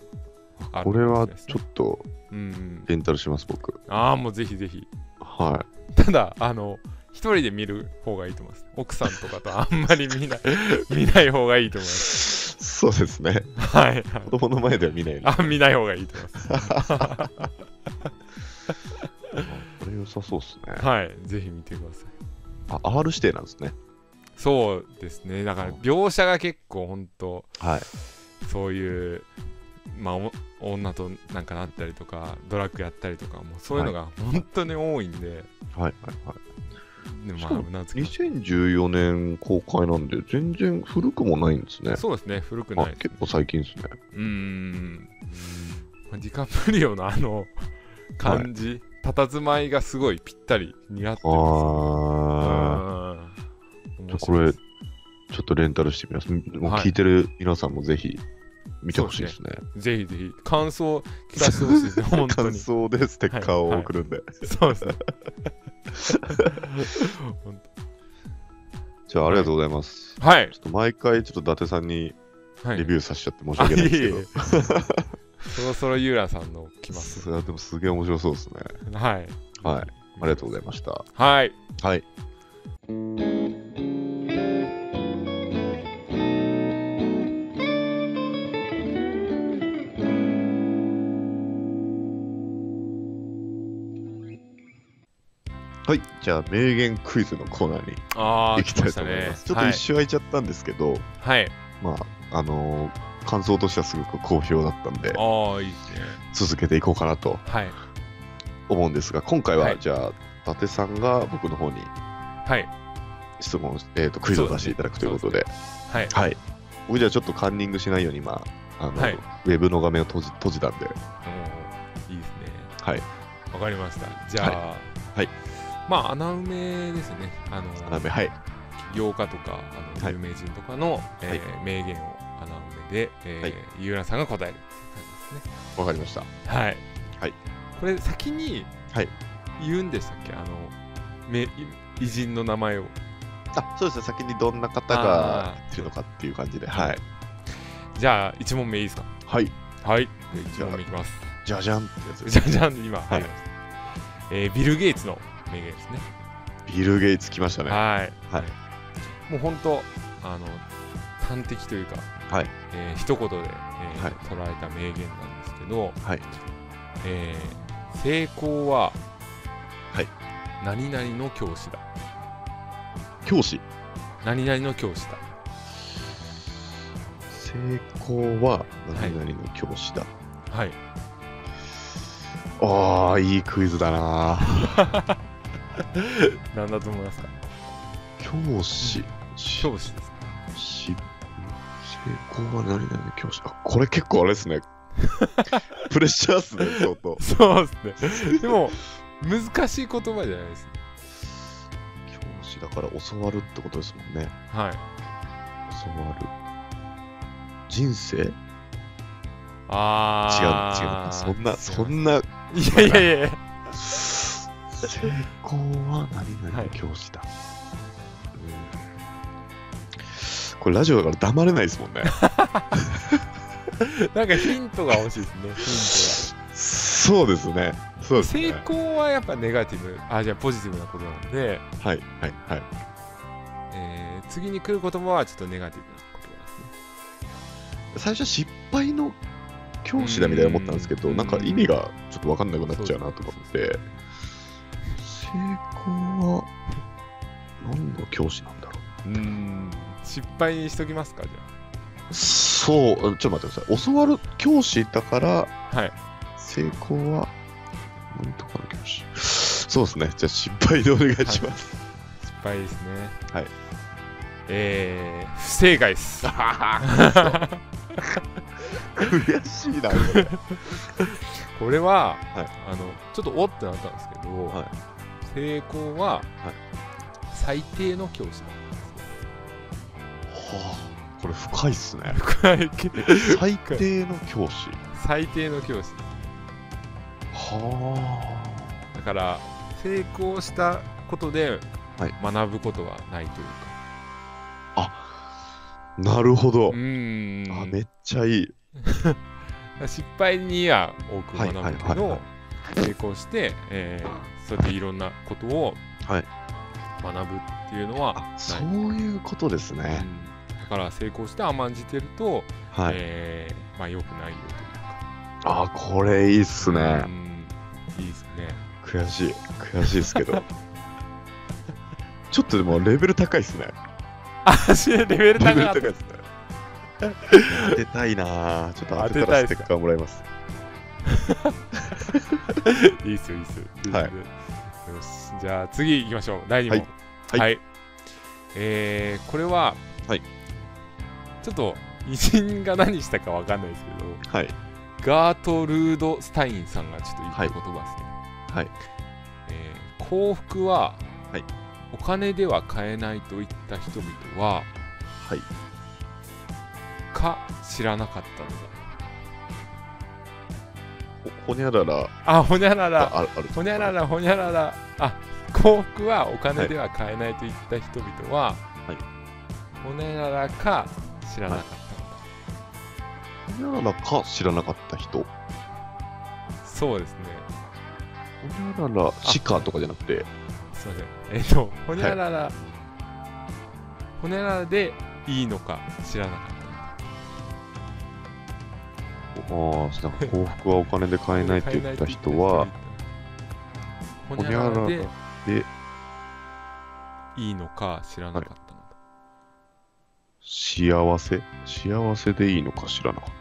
Speaker 2: ある
Speaker 1: こ
Speaker 2: か
Speaker 1: れは
Speaker 2: もしないです
Speaker 1: ち
Speaker 2: ね
Speaker 1: ょっと
Speaker 2: うんうん
Speaker 1: レンタルします、僕。
Speaker 2: ああもうぜひぜひ
Speaker 1: は
Speaker 2: ただあの一人で見る方がいいと思います奥さんとかとあんまり見ない 見ない方がいいと
Speaker 1: い。
Speaker 2: 思います
Speaker 1: そうですね。
Speaker 2: はいはい
Speaker 1: 子供の前では見ないように
Speaker 2: あ見ない方がいいと思います
Speaker 1: これ良さそうですね。
Speaker 2: はいぜひ見てください
Speaker 1: あ、R 指定なんですね。
Speaker 2: そうですねだから描写が結構本当
Speaker 1: はい。
Speaker 2: そういうまあお女となんかなったりとかドラッグやったりとかもうそういうのが本当に多いんで、
Speaker 1: はいはいはい。
Speaker 2: で
Speaker 1: し
Speaker 2: も
Speaker 1: か
Speaker 2: ま
Speaker 1: も
Speaker 2: あなんつうか
Speaker 1: 2014年公開なんで、全然古くもないんですね。
Speaker 2: そうですね古く
Speaker 1: あ
Speaker 2: ないです
Speaker 1: 結構最近ですね。
Speaker 2: うーん、まあ、ディカプリオのあの感じ、佇まいがすごいぴったり似合って
Speaker 1: あ
Speaker 2: ます
Speaker 1: ー
Speaker 2: うん
Speaker 1: じゃあ
Speaker 2: 面
Speaker 1: こ
Speaker 2: 白い
Speaker 1: れ
Speaker 2: です
Speaker 1: ちょっとレンタルしてみます。もう
Speaker 2: はい
Speaker 1: 聞いてる皆さんもぜひ見てほしいですね。
Speaker 2: ぜひぜひ感想聞かせてほしいですね本当
Speaker 1: 感
Speaker 2: に
Speaker 1: 想でステッカーを
Speaker 2: はい
Speaker 1: 送るんで。
Speaker 2: そうですね 本
Speaker 1: じゃあありがとうございます。
Speaker 2: 当はい
Speaker 1: ちょっと毎回ちょっと伊達さんに
Speaker 2: はい
Speaker 1: レビューさせちゃって申し
Speaker 2: あ
Speaker 1: 訳ない
Speaker 2: え
Speaker 1: で
Speaker 2: い
Speaker 1: すけ
Speaker 2: え
Speaker 1: ど。
Speaker 2: そろそろユーラさんの 来ます。
Speaker 1: それはでもすげえ面白そうですね。
Speaker 2: はい。
Speaker 1: はい。ありがとうございました。
Speaker 2: はい。
Speaker 1: はい。はい、じゃあ名言クイズのコーナーに
Speaker 2: ああ、
Speaker 1: 行きたいと思います。ちょっと一
Speaker 2: 緒。
Speaker 1: 瞬空いちゃったんですけど、
Speaker 2: はい。
Speaker 1: まあ、あのー感想としてはすごく好評だったんで、
Speaker 2: ああ、いいですね。
Speaker 1: 続けていこうかなと
Speaker 2: はい。
Speaker 1: 思うんですが、今回は、
Speaker 2: はい
Speaker 1: じゃあ、伊達さんが僕の方に
Speaker 2: はい。
Speaker 1: 質問、えー、とクイズを出していただくということで、
Speaker 2: はい。
Speaker 1: はい。僕じゃあちょっとカンニングしないように今、あの
Speaker 2: はい
Speaker 1: ウェブの画面を閉じ閉じたんで、
Speaker 2: おーいいですね。
Speaker 1: はい。
Speaker 2: わかりました。じゃあ、
Speaker 1: はいはい
Speaker 2: まあ、穴埋めですね。あの、
Speaker 1: 斜め、はい。
Speaker 2: 起業家とか、あ
Speaker 1: は
Speaker 2: の
Speaker 1: い
Speaker 2: 有名人とかの、えー名言を穴埋めで、えー
Speaker 1: はい
Speaker 2: ゆうらさんが答えるっていう感じですね。
Speaker 1: わかりました。
Speaker 2: はい。
Speaker 1: はい
Speaker 2: これ、先に、
Speaker 1: はい
Speaker 2: 言うんでしたっけあの、め偉人の名前を。
Speaker 1: あ、そうですね。先にどんな方がいるのかっていう感じで、はい。
Speaker 2: じゃあ、1問目いいですか
Speaker 1: はい。
Speaker 2: はい。1問目いきます。
Speaker 1: じゃじゃんってやつです
Speaker 2: じゃ
Speaker 1: ね
Speaker 2: あじゃん、今、
Speaker 1: はい
Speaker 2: 入りましたえービル・ゲイツの名言ですね。
Speaker 1: ビル・ゲイツ来ましたね。
Speaker 2: はい。
Speaker 1: はい。
Speaker 2: もう本当あの端的というか、
Speaker 1: はい
Speaker 2: えー一言で、えー
Speaker 1: はい
Speaker 2: 捉えた名言なんですけど、
Speaker 1: はい
Speaker 2: えー成功は、
Speaker 1: はい
Speaker 2: 何々の教師だ
Speaker 1: 教師。
Speaker 2: 何々の教師だ
Speaker 1: 成功は何々の教師だ。
Speaker 2: はい
Speaker 1: ああ、いいクイズだな。
Speaker 2: 何だと思いますか
Speaker 1: 教師。し
Speaker 2: 教師です
Speaker 1: し成功は何々の教師。あ、これ結構あれです ね。プレッシャーっすね、相当。
Speaker 2: そうですねでも難しい言葉じゃないです
Speaker 1: 教師だから教わるってことですもんね。
Speaker 2: はい
Speaker 1: 教わる。人生違う、違う。
Speaker 2: あー
Speaker 1: そんな、そ
Speaker 2: い
Speaker 1: んな、
Speaker 2: やいやいやいや
Speaker 1: 成功は何々の教師だ。うんこれラジオだから黙れないですも んね。
Speaker 2: なんかヒントが欲しいですね
Speaker 1: そうですね。そうです
Speaker 2: ヒン
Speaker 1: ね
Speaker 2: トが。成功はやっぱネガティブあじゃあポジティブなことなんで
Speaker 1: はい、はい、はい。
Speaker 2: えー次に来る言葉はちょっとネガティブな言葉ですね。
Speaker 1: 最初は失敗の教師だみたいに思ったんですけど、
Speaker 2: うん
Speaker 1: なんか意味がちょっと分かんなくなっちゃうなと思って、成功は何の教師なんだろ
Speaker 2: うーん失敗にしときますかじ
Speaker 1: う。そう、ちょっと待ってください。教わる教師だから、
Speaker 2: ゃあ。はい。
Speaker 1: 成功は何とかの教師。そうですね。じゃあ失敗でお願いします。
Speaker 2: 失敗ですね。
Speaker 1: はい。
Speaker 2: えー、不正解 です。
Speaker 1: 悔し いな、これ。
Speaker 2: これは、
Speaker 1: はい
Speaker 2: あのちょっとおってなったんですけど、
Speaker 1: はい
Speaker 2: 成功は、最低の教師
Speaker 1: はあ、これ深いっすね。
Speaker 2: なんですね。
Speaker 1: 最低の教師。
Speaker 2: 最低の教師。
Speaker 1: は
Speaker 2: だから成功したことで、
Speaker 1: はい
Speaker 2: 学ぶことがないというか。
Speaker 1: あ。なるほど
Speaker 2: う。ーん。
Speaker 1: あめっちゃいい。
Speaker 2: 失敗には多く学ぶけ
Speaker 1: はいはいはいは
Speaker 2: ど成功して、えーそうやっていろんなことを
Speaker 1: はい
Speaker 2: 学ぶっていうのは、
Speaker 1: あ
Speaker 2: い
Speaker 1: そういうことです
Speaker 2: う
Speaker 1: ね。
Speaker 2: んだから成功して甘んじてると、
Speaker 1: はい。
Speaker 2: えーまあ、良くないよというか
Speaker 1: あこれいいっすね
Speaker 2: う。んいいですね
Speaker 1: 悔しい。悔しいっすけ ど。ちょっとでもレベル高いっすね。
Speaker 2: あ しレベル
Speaker 1: レ
Speaker 2: 高
Speaker 1: ベル
Speaker 2: かっ
Speaker 1: 高い
Speaker 2: た
Speaker 1: っすね。 当てたいなぁ。ちょっと当て
Speaker 2: 当て
Speaker 1: た
Speaker 2: たい
Speaker 1: らス
Speaker 2: っす
Speaker 1: テ
Speaker 2: か
Speaker 1: ッカーもらいます。
Speaker 2: いいっすよいいっすよ
Speaker 1: はい
Speaker 2: よしじゃあ次行きましょう第2問
Speaker 1: はい
Speaker 2: えーこれは、
Speaker 1: はい
Speaker 2: ちょっと偉人が何したかわかんないですけど
Speaker 1: はい。
Speaker 2: ガートルード・スタインさんがちょっと言った言葉ですね。
Speaker 1: はいはい
Speaker 2: えー幸福は、
Speaker 1: はい
Speaker 2: お金では買えないと言った人々は、
Speaker 1: はい。
Speaker 2: か知らなかったのだ。
Speaker 1: ほほにゃらら
Speaker 2: あ、ほにゃら
Speaker 1: が
Speaker 2: ら、
Speaker 1: ある。ある
Speaker 2: ほにゃら。ら、ほにゃらら、あ、幸福はお金では買えないと言った人々は、
Speaker 1: はい
Speaker 2: ほにゃららか知らなかったのだ。
Speaker 1: ほにゃららか知らなかった人。ほ
Speaker 2: そうですね。
Speaker 1: にゃららしかとかじゃなくて。
Speaker 2: すいません。えっ、と、ほにゃらら、ほにゃららでいいのか知らなかった。
Speaker 1: ああ、なんか幸福はお金で買えないって言った人は、
Speaker 2: ほ
Speaker 1: ほ
Speaker 2: に
Speaker 1: に
Speaker 2: ゃ
Speaker 1: ゃ
Speaker 2: ら
Speaker 1: らら
Speaker 2: で
Speaker 1: で
Speaker 2: いいのか知らなかったのか、
Speaker 1: 幸せ幸せでいいのか知らなかった。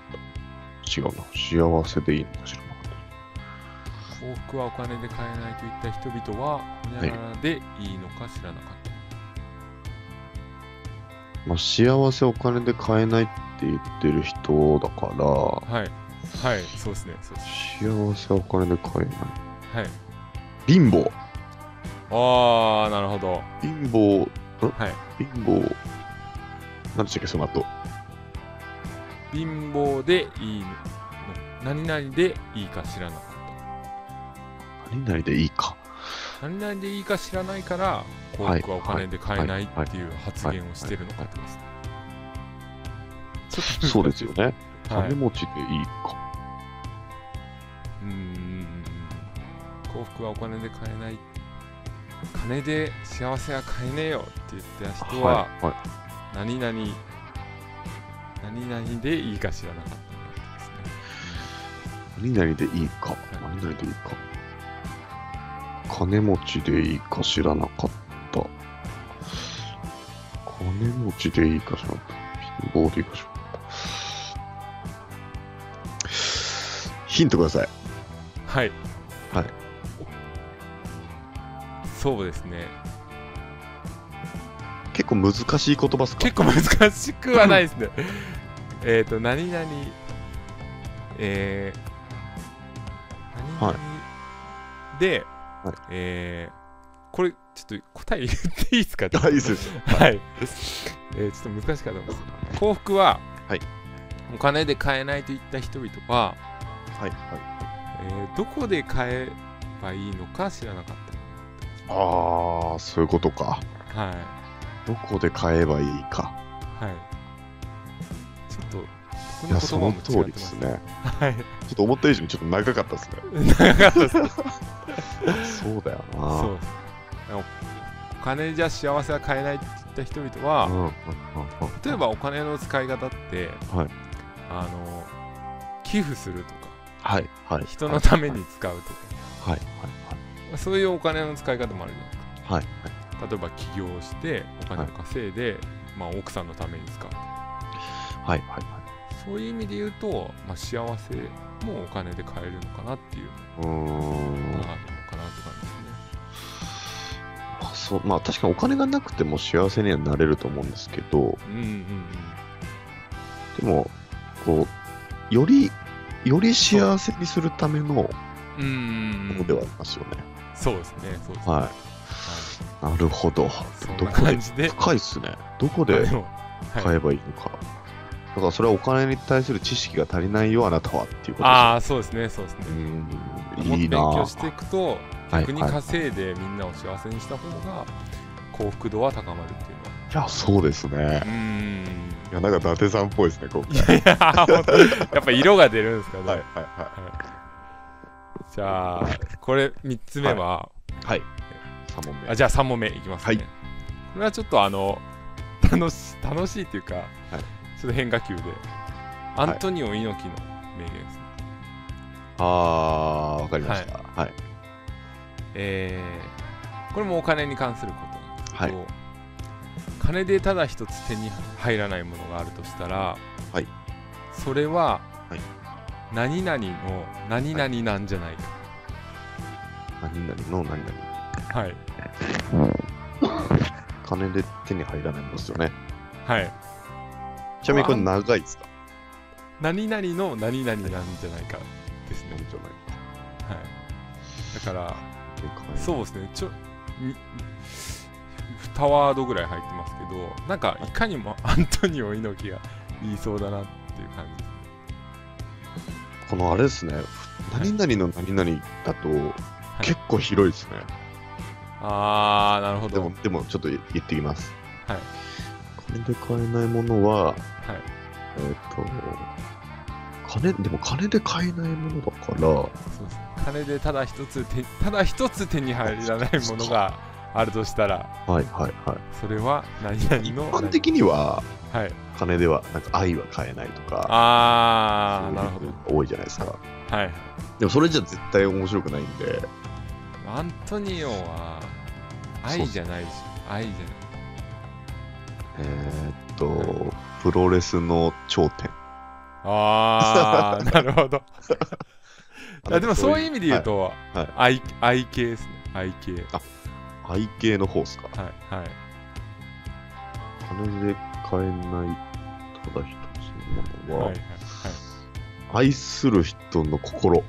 Speaker 1: 違うな。幸せでいいのか知らなかった。
Speaker 2: 幸福はお金で買えないといった人々はほにゃららでいいのか知らなかった、
Speaker 1: まあ、幸せお金で買えないって言ってる人だから、
Speaker 2: はいはいそうですねそうです
Speaker 1: 幸せはお金で買えない。
Speaker 2: はい
Speaker 1: 貧乏
Speaker 2: ああなるほど
Speaker 1: 貧乏、ん
Speaker 2: はい
Speaker 1: 貧乏、なんでしたっけ、その後。
Speaker 2: 貧乏でいいの何々でいいか知らなかっ
Speaker 1: 何々でいい か。
Speaker 2: た何々でいいか知らないから幸
Speaker 1: はい
Speaker 2: 福はお金で買えない
Speaker 1: はい
Speaker 2: っていう発言をしてるのかってことですねちょっと
Speaker 1: そうですよね。
Speaker 2: はい
Speaker 1: 金持ちでいいか。
Speaker 2: うーん幸福はお金で買えない金で幸せは買えねえよって言った人は
Speaker 1: はい。はい
Speaker 2: 何々、何々でいいか知らなかった
Speaker 1: 何々でいいか、何々でいいか。金持ちでいいか知らなかった。金持ちでいいか知らなかった。貧乏でいいか知らなかった。ヒントください。
Speaker 2: はい
Speaker 1: はい
Speaker 2: そうですね
Speaker 1: 結構難しい言葉っすか
Speaker 2: 結構難しくはないで すねえっと何々えー、何々
Speaker 1: は
Speaker 2: で、
Speaker 1: はい
Speaker 2: えー、これちょっと答え言っていいですか
Speaker 1: 大事です。
Speaker 2: はい、えーちょっと難しかったです幸福は、
Speaker 1: はい
Speaker 2: お金で買えないといった人々は、
Speaker 1: はい。はい、
Speaker 2: えーどこで買えばいいのか知らなかっ
Speaker 1: ああ、そういうことか。
Speaker 2: たはい
Speaker 1: どこで買えばいいか。
Speaker 2: はいちょっとこ
Speaker 1: いや、その通りです
Speaker 2: ね
Speaker 1: ね。
Speaker 2: はい
Speaker 1: ちょっと思った以上にちょっと長かったですね。
Speaker 2: 長かったです
Speaker 1: そうだよな。
Speaker 2: そうですあのお金じゃ幸せは買えないって言った人々は、
Speaker 1: うんうんうんうん
Speaker 2: 例えばお金の使い方って、
Speaker 1: はい
Speaker 2: あの寄付するとか
Speaker 1: はいはい。
Speaker 2: 人のために使うとか、
Speaker 1: はい
Speaker 2: そういうお金の使い方もあるじゃないです
Speaker 1: はいはい。
Speaker 2: か例えば起業してお金を稼いで、まあ、奥さんのために使うとか
Speaker 1: はいはいはい。
Speaker 2: そういう意味で言うと、まあ、幸せもお金で買えるのかなっていう
Speaker 1: うーん
Speaker 2: のがあるのかなって感じですね、
Speaker 1: まあそうまあ確かにお金がなくても幸せにはなれると思うんですけど
Speaker 2: うんうんうん
Speaker 1: でもこうよりより幸せにするためのも
Speaker 2: うんうんう
Speaker 1: の
Speaker 2: ん
Speaker 1: ではありますよね、
Speaker 2: そうですねそうです
Speaker 1: は
Speaker 2: ねはい
Speaker 1: いなるほど
Speaker 2: そん
Speaker 1: ど
Speaker 2: な
Speaker 1: こで
Speaker 2: 感じで。
Speaker 1: 深いっすねどこ
Speaker 2: あ
Speaker 1: で
Speaker 2: でもはい
Speaker 1: 買えばいいのか、だからそれはお金に対する知識が足りないよあなたはっていうこと
Speaker 2: ああ、そうですね、そうです
Speaker 1: です
Speaker 2: ね。
Speaker 1: ねうー
Speaker 2: もっ
Speaker 1: んいい
Speaker 2: と勉
Speaker 1: な
Speaker 2: 強していくと、
Speaker 1: はい
Speaker 2: 逆に
Speaker 1: はい
Speaker 2: 稼いでみんなを幸せにした方が幸福度は高まるっていうのは。
Speaker 1: いやそうですね
Speaker 2: うーん。
Speaker 1: いやなんか伊達さんっぽいですね今回
Speaker 2: いやいや、本当にやっぱ色が出るんですかね。
Speaker 1: はいはいは
Speaker 2: じゃあ、これ3つ目は、
Speaker 1: いはい3問目
Speaker 2: あじゃあ3問目いきますね。
Speaker 1: はい
Speaker 2: これはちょっとあの、楽し楽しいっていうか、ちょっと変化球で、アントニオ猪木の名言ですね。
Speaker 1: あー、わかりました。はい。
Speaker 2: えーこれもお金に関することなんですけど、
Speaker 1: は
Speaker 2: 金でただ一つ手に入らないものがあるとしたら、
Speaker 1: はい
Speaker 2: それは、
Speaker 1: はい
Speaker 2: 何々の何々なんじゃないか、
Speaker 1: 何々の何々。
Speaker 2: はい
Speaker 1: 金で手に入らないものですよね。
Speaker 2: はい、
Speaker 1: ちなみにこれ長いですか
Speaker 2: 何々の何々なんじゃないかですね
Speaker 1: 何、じゃない
Speaker 2: はい、だから
Speaker 1: か。
Speaker 2: そう
Speaker 1: う。
Speaker 2: ですねちょに2ワードぐらい入ってますけどなんかいかにもアントニオ猪木が言いそうだなっていう感じです
Speaker 1: このあれですね。
Speaker 2: い
Speaker 1: 何々の何々だと
Speaker 2: い
Speaker 1: 結構広いですね。
Speaker 2: ああなるほど
Speaker 1: でも、でもちょっと言ってきます。
Speaker 2: はい。
Speaker 1: 金で買えないものは、
Speaker 2: はい
Speaker 1: えーっ、と、金、でも金で買えないものだから、
Speaker 2: そうです金でただ一つ手ただ一つ手に入らないものがあるとしたら
Speaker 1: はいはいは
Speaker 2: それは何
Speaker 1: い。一
Speaker 2: 々の
Speaker 1: 般的には、
Speaker 2: 何はい
Speaker 1: 金では、なんか愛は買えないとか、
Speaker 2: ああなるほど
Speaker 1: ど。多いじゃないですか。
Speaker 2: はい
Speaker 1: でもそれじゃ絶対面白くないんで、
Speaker 2: アントニオは愛じゃないし愛じゃない
Speaker 1: えーっと、プロレスの頂点。
Speaker 2: ああ、 なるほど。
Speaker 1: あの
Speaker 2: あでもそういう意味で言う、と、
Speaker 1: はい
Speaker 2: 愛愛系ですね。愛系。
Speaker 1: はい背景の方ですか。
Speaker 2: はいはい。
Speaker 1: 金で買えない、ただ一つのもの
Speaker 2: はい
Speaker 1: は、
Speaker 2: はいはい、
Speaker 1: 愛する人の心。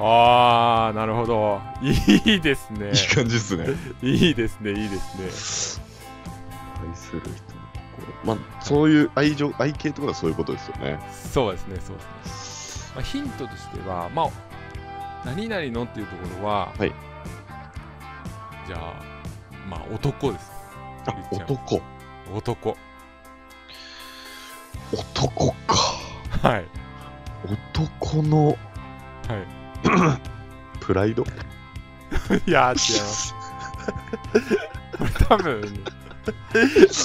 Speaker 2: ああ、なるほど。いいですね
Speaker 1: い。い感じですね。
Speaker 2: いいですね、いいですね。
Speaker 1: 愛する人の心。まあ、そういう愛情、愛系ってことはそういうことですよね。
Speaker 2: そうですね、そうですね。まあ、ヒントとしては、まあ、何々のっていうところは、
Speaker 1: はい
Speaker 2: じゃあ、まあ、男です。
Speaker 1: あ
Speaker 2: 言っちゃう
Speaker 1: 男。
Speaker 2: 男。
Speaker 1: 男か。
Speaker 2: はい。
Speaker 1: 男の
Speaker 2: は
Speaker 1: プライド
Speaker 2: い。いやー、違います。多分、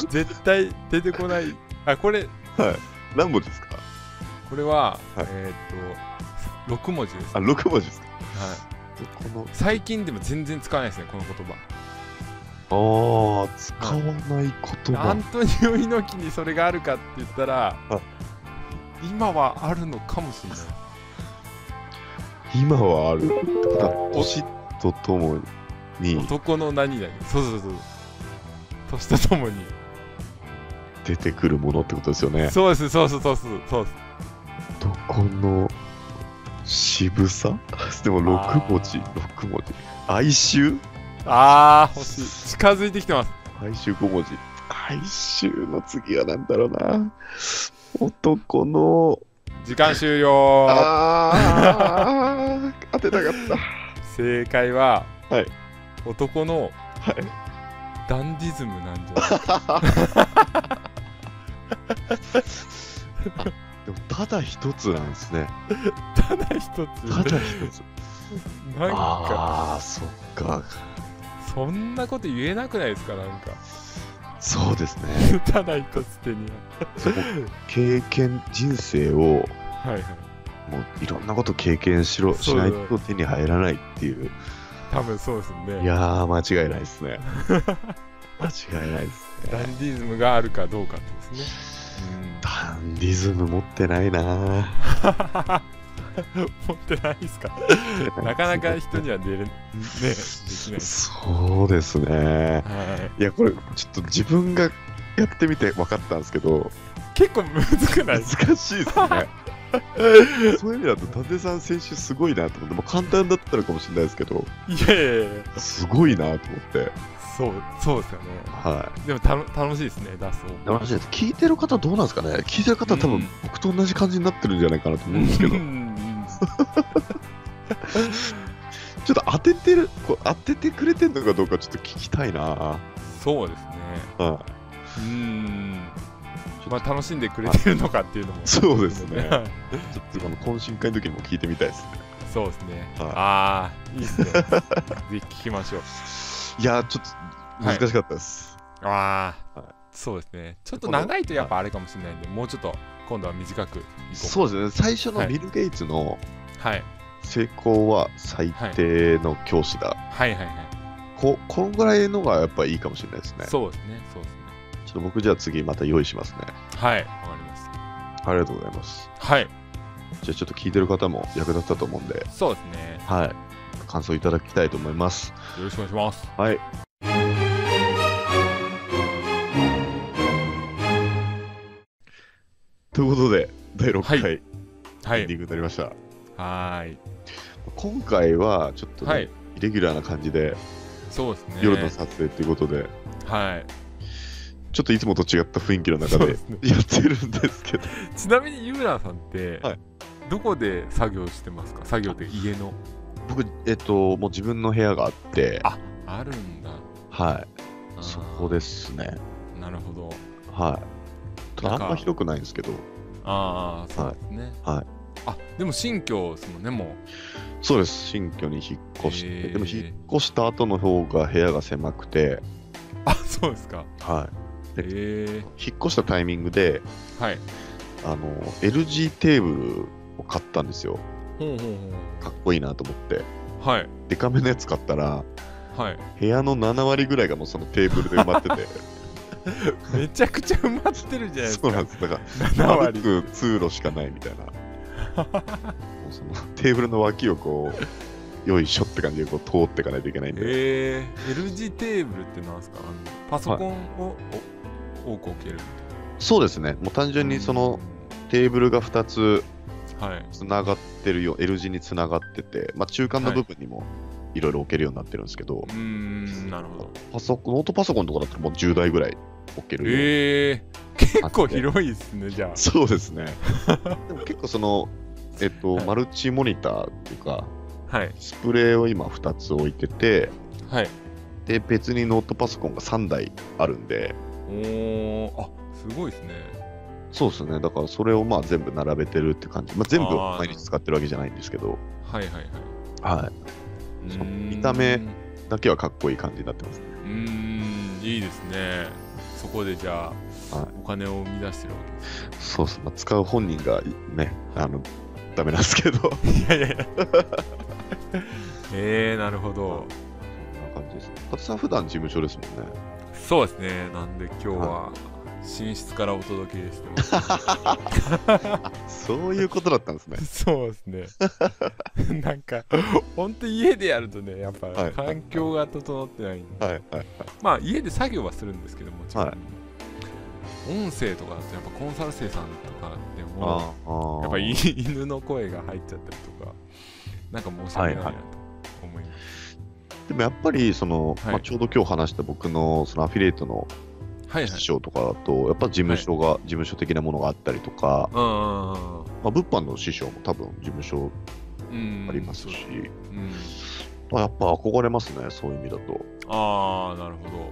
Speaker 2: 絶対出てこない。あ、これ、
Speaker 1: 何文字ですか
Speaker 2: これは、
Speaker 1: はい
Speaker 2: えーっと、6文字です。
Speaker 1: あ、
Speaker 2: はい。
Speaker 1: 6文字ですか男の
Speaker 2: 最近でも全然使わないですね、この言葉。
Speaker 1: ああ、使わない言
Speaker 2: ア
Speaker 1: 葉
Speaker 2: ン。トニオ猪木にそれがあるかって言ったら、
Speaker 1: は
Speaker 2: 今はあるのかもしれない。
Speaker 1: 今はある。ただ、
Speaker 2: お
Speaker 1: 年とともに
Speaker 2: 男の何々。そうそうそう。年とともに。
Speaker 1: 出てくるものってことですよね。
Speaker 2: そうです、そうです、そうです、そうです。
Speaker 1: 男の渋さ でも
Speaker 2: あー
Speaker 1: 6文字、6文字。哀愁
Speaker 2: あー、欲しい。近づいてきてます。
Speaker 1: 哀愁5文字。哀愁の次は何だろうな。男の。
Speaker 2: 時間終了。
Speaker 1: ああ、当てたかった。
Speaker 2: 正解は、
Speaker 1: はい
Speaker 2: 男の
Speaker 1: はい
Speaker 2: ダンディズムなんじゃない
Speaker 1: でもただ一つなんですね。
Speaker 2: ただ
Speaker 1: た
Speaker 2: 一つ。
Speaker 1: だ一つ。
Speaker 2: なんか、
Speaker 1: ああ、そっか。
Speaker 2: そんなこと言えなくないですか、なんか。
Speaker 1: そうですね。
Speaker 2: ただ一つ手に
Speaker 1: そこ経験、人生を、
Speaker 2: は。はいはい。
Speaker 1: もういろんなこと経験しろ、し
Speaker 2: そうだ
Speaker 1: ない
Speaker 2: ね
Speaker 1: と手に入らないっていう。
Speaker 2: 多分そうですね。
Speaker 1: いやー、間違いないです ね。間違いないです
Speaker 2: ダ
Speaker 1: ね。
Speaker 2: ンディズムがあるかどうかってですね。
Speaker 1: ダンディズム持ってないな
Speaker 2: うん、 持ってないですかなかなか人には出れねできない です。
Speaker 1: そうですね。
Speaker 2: はい
Speaker 1: や、これ、ちょっと自分がやってみて分かったんですけど、
Speaker 2: い、結構むずくない
Speaker 1: 難
Speaker 2: です
Speaker 1: しいですね。 そういう意味だと、伊達さん、先週すごいなと思って、もう簡単だったのかもしれないですけど、
Speaker 2: いやいやいやいや
Speaker 1: すごいなと思って、
Speaker 2: そうそうですよね
Speaker 1: は
Speaker 2: でもたの楽しいですね出す
Speaker 1: い。楽しいです。聞いてる方、どうなんですかね聞いてる方、多
Speaker 2: う
Speaker 1: 分
Speaker 2: ん
Speaker 1: 僕と同じ感じになってるんじゃないかなと思うんですけど、
Speaker 2: う
Speaker 1: ちょっと当ててる、こう当ててくれてるのかどうか、ちょっと聞きたいな。
Speaker 2: そうですね
Speaker 1: は
Speaker 2: うんまあ楽しんでくれてるのかっていうのも
Speaker 1: そうですね
Speaker 2: はい
Speaker 1: い。ちょっとこの懇親会の時にも聞いてみたいですね。
Speaker 2: そうですね
Speaker 1: はい
Speaker 2: ああいいです ねぜひ聞きましょう
Speaker 1: いやー、ちょっと難しかったです。
Speaker 2: ああ、
Speaker 1: は
Speaker 2: そうですねちょっと長いとやっぱあれかもしれないんでもうちょっと今度は短くいこう
Speaker 1: そうですね、最初
Speaker 2: は
Speaker 1: の
Speaker 2: い
Speaker 1: ビル・ゲイツの
Speaker 2: はい
Speaker 1: 成功は最低の教師だ。
Speaker 2: はいはいはい
Speaker 1: ここんぐらいのがやっぱいいかもしれないですね。
Speaker 2: そうですねそうですね
Speaker 1: ちょっと僕じゃあ次また用意しますね。
Speaker 2: はいわかりました
Speaker 1: ありがとうございます。
Speaker 2: はい
Speaker 1: じゃあちょっと聞いてる方も役立ったと思うんで、
Speaker 2: そうですね
Speaker 1: はい。感想いただきたいと思います。
Speaker 2: よろしくお願いします
Speaker 1: はい。ということで、第6回、
Speaker 2: はは
Speaker 1: エンディングになりました。
Speaker 2: はーい。
Speaker 1: 今回はちょっと、ね
Speaker 2: はい。
Speaker 1: イレギュラーな感じで、
Speaker 2: そうですね。
Speaker 1: 夜の撮影ということで、
Speaker 2: はい。
Speaker 1: ちょっといつもと違った雰囲気の中
Speaker 2: そう
Speaker 1: で
Speaker 2: ですね。
Speaker 1: やってるんですけど、
Speaker 2: ちなみにユーランさんって、
Speaker 1: はい
Speaker 2: どこで作業してますか作業って家の。
Speaker 1: 僕、えっと、もう自分の部屋があって、
Speaker 2: ああるんだ。
Speaker 1: はい。
Speaker 2: あー
Speaker 1: そこですね。
Speaker 2: なるほど。
Speaker 1: はい。
Speaker 2: な
Speaker 1: あ
Speaker 2: ん
Speaker 1: ん
Speaker 2: か
Speaker 1: ま広くないんですけど、
Speaker 2: ああ、そうですね。
Speaker 1: はいはい
Speaker 2: あでも新居ですもんね、も
Speaker 1: そうです、新居に引っ越して、
Speaker 2: へー
Speaker 1: でも引っ越した後の方が部屋が狭くて、
Speaker 2: う。あそうですか。
Speaker 1: はい。
Speaker 2: え
Speaker 1: で
Speaker 2: ー、
Speaker 1: 引っ越したタイミングで、
Speaker 2: はい。
Speaker 1: あの、LG テーブルを買ったんですよ。
Speaker 2: ほうほう
Speaker 1: かっこいいなと思って。
Speaker 2: ほう。はい。
Speaker 1: デカめのやつ買ったら、
Speaker 2: はい。
Speaker 1: 部屋の7割ぐらいがもうそのテーブルで埋まってて、
Speaker 2: めちゃくちゃ埋まってるじゃないです
Speaker 1: そうなん
Speaker 2: か
Speaker 1: です。だか
Speaker 2: 7
Speaker 1: ら、歩
Speaker 2: 割
Speaker 1: く通路しかないみたいな。もうそのテーブルの脇をこう、よいしょって感じでこう通っていかないといけないんで、
Speaker 2: えー、L 字テーブルってなんですかあのパソコンを、お多く置ける
Speaker 1: そうですね、もう単純にそのテーブルが2つ
Speaker 2: うんはい
Speaker 1: つながってるよ、L 字につながってて、まあ、中間の部分にもいろいろ置けるようになってるんですけど、
Speaker 2: うーんなるほど
Speaker 1: パソコンノートパソコンとかだったらもう10台ぐらい置けるよう
Speaker 2: えー、結構広いですねじゃあ
Speaker 1: そうです ね。でも結構その、えっと、
Speaker 2: はい
Speaker 1: マルチモニターっていうか、
Speaker 2: は
Speaker 1: デ
Speaker 2: い
Speaker 1: ィスプレイを今2つ置いてて、
Speaker 2: はい
Speaker 1: で、別にノートパソコンが3台あるんで、
Speaker 2: おーあすごいですね
Speaker 1: そうですね。だからそれをまあ全部並べてるって感じ。まあ、全部
Speaker 2: あー
Speaker 1: 毎日使ってるわけじゃないんですけど、
Speaker 2: はいはいはい
Speaker 1: はそう
Speaker 2: うーん
Speaker 1: 見た目い。だけはかっこいい感じになってますね。
Speaker 2: うーんいいですねそこでじゃあ、
Speaker 1: はい
Speaker 2: お金を生み出してるわけです
Speaker 1: そうですね。まあ、使う本人がいね、あの、ダメなんですけ ど、こ
Speaker 2: いやいやい やえー、なるほど
Speaker 1: んな感じですね。たさん普段事務所ですもんね。
Speaker 2: そうですねなんで今日は寝室からお届けしてます。
Speaker 1: そういうことだったんですね
Speaker 2: そうですね なんか本当家でやるとねやっぱ
Speaker 1: はい
Speaker 2: 環境が整ってないんで、
Speaker 1: はいはい。
Speaker 2: まあ家で作業はするんですけどもちろん、
Speaker 1: はい
Speaker 2: 音声とかだとやっぱコンサル生さんとかでも
Speaker 1: ああ
Speaker 2: やっぱり犬の声が入っちゃったりとかなんか申し訳ないな
Speaker 1: はい
Speaker 2: と
Speaker 1: は
Speaker 2: 思います、
Speaker 1: でもやっぱりその、
Speaker 2: はい
Speaker 1: まあ、ちょうど今日話した僕のそのアフィリエイトの
Speaker 2: はい、はい
Speaker 1: 師匠とかだと、やっぱ事務所が、事務所的なものがあったりとか、
Speaker 2: う
Speaker 1: まあ、物販の師匠も多分事務所
Speaker 2: んうんうんうん
Speaker 1: ありますし、
Speaker 2: うん
Speaker 1: まあやっぱ憧れますね、そういう意味だと。
Speaker 2: ああなるほど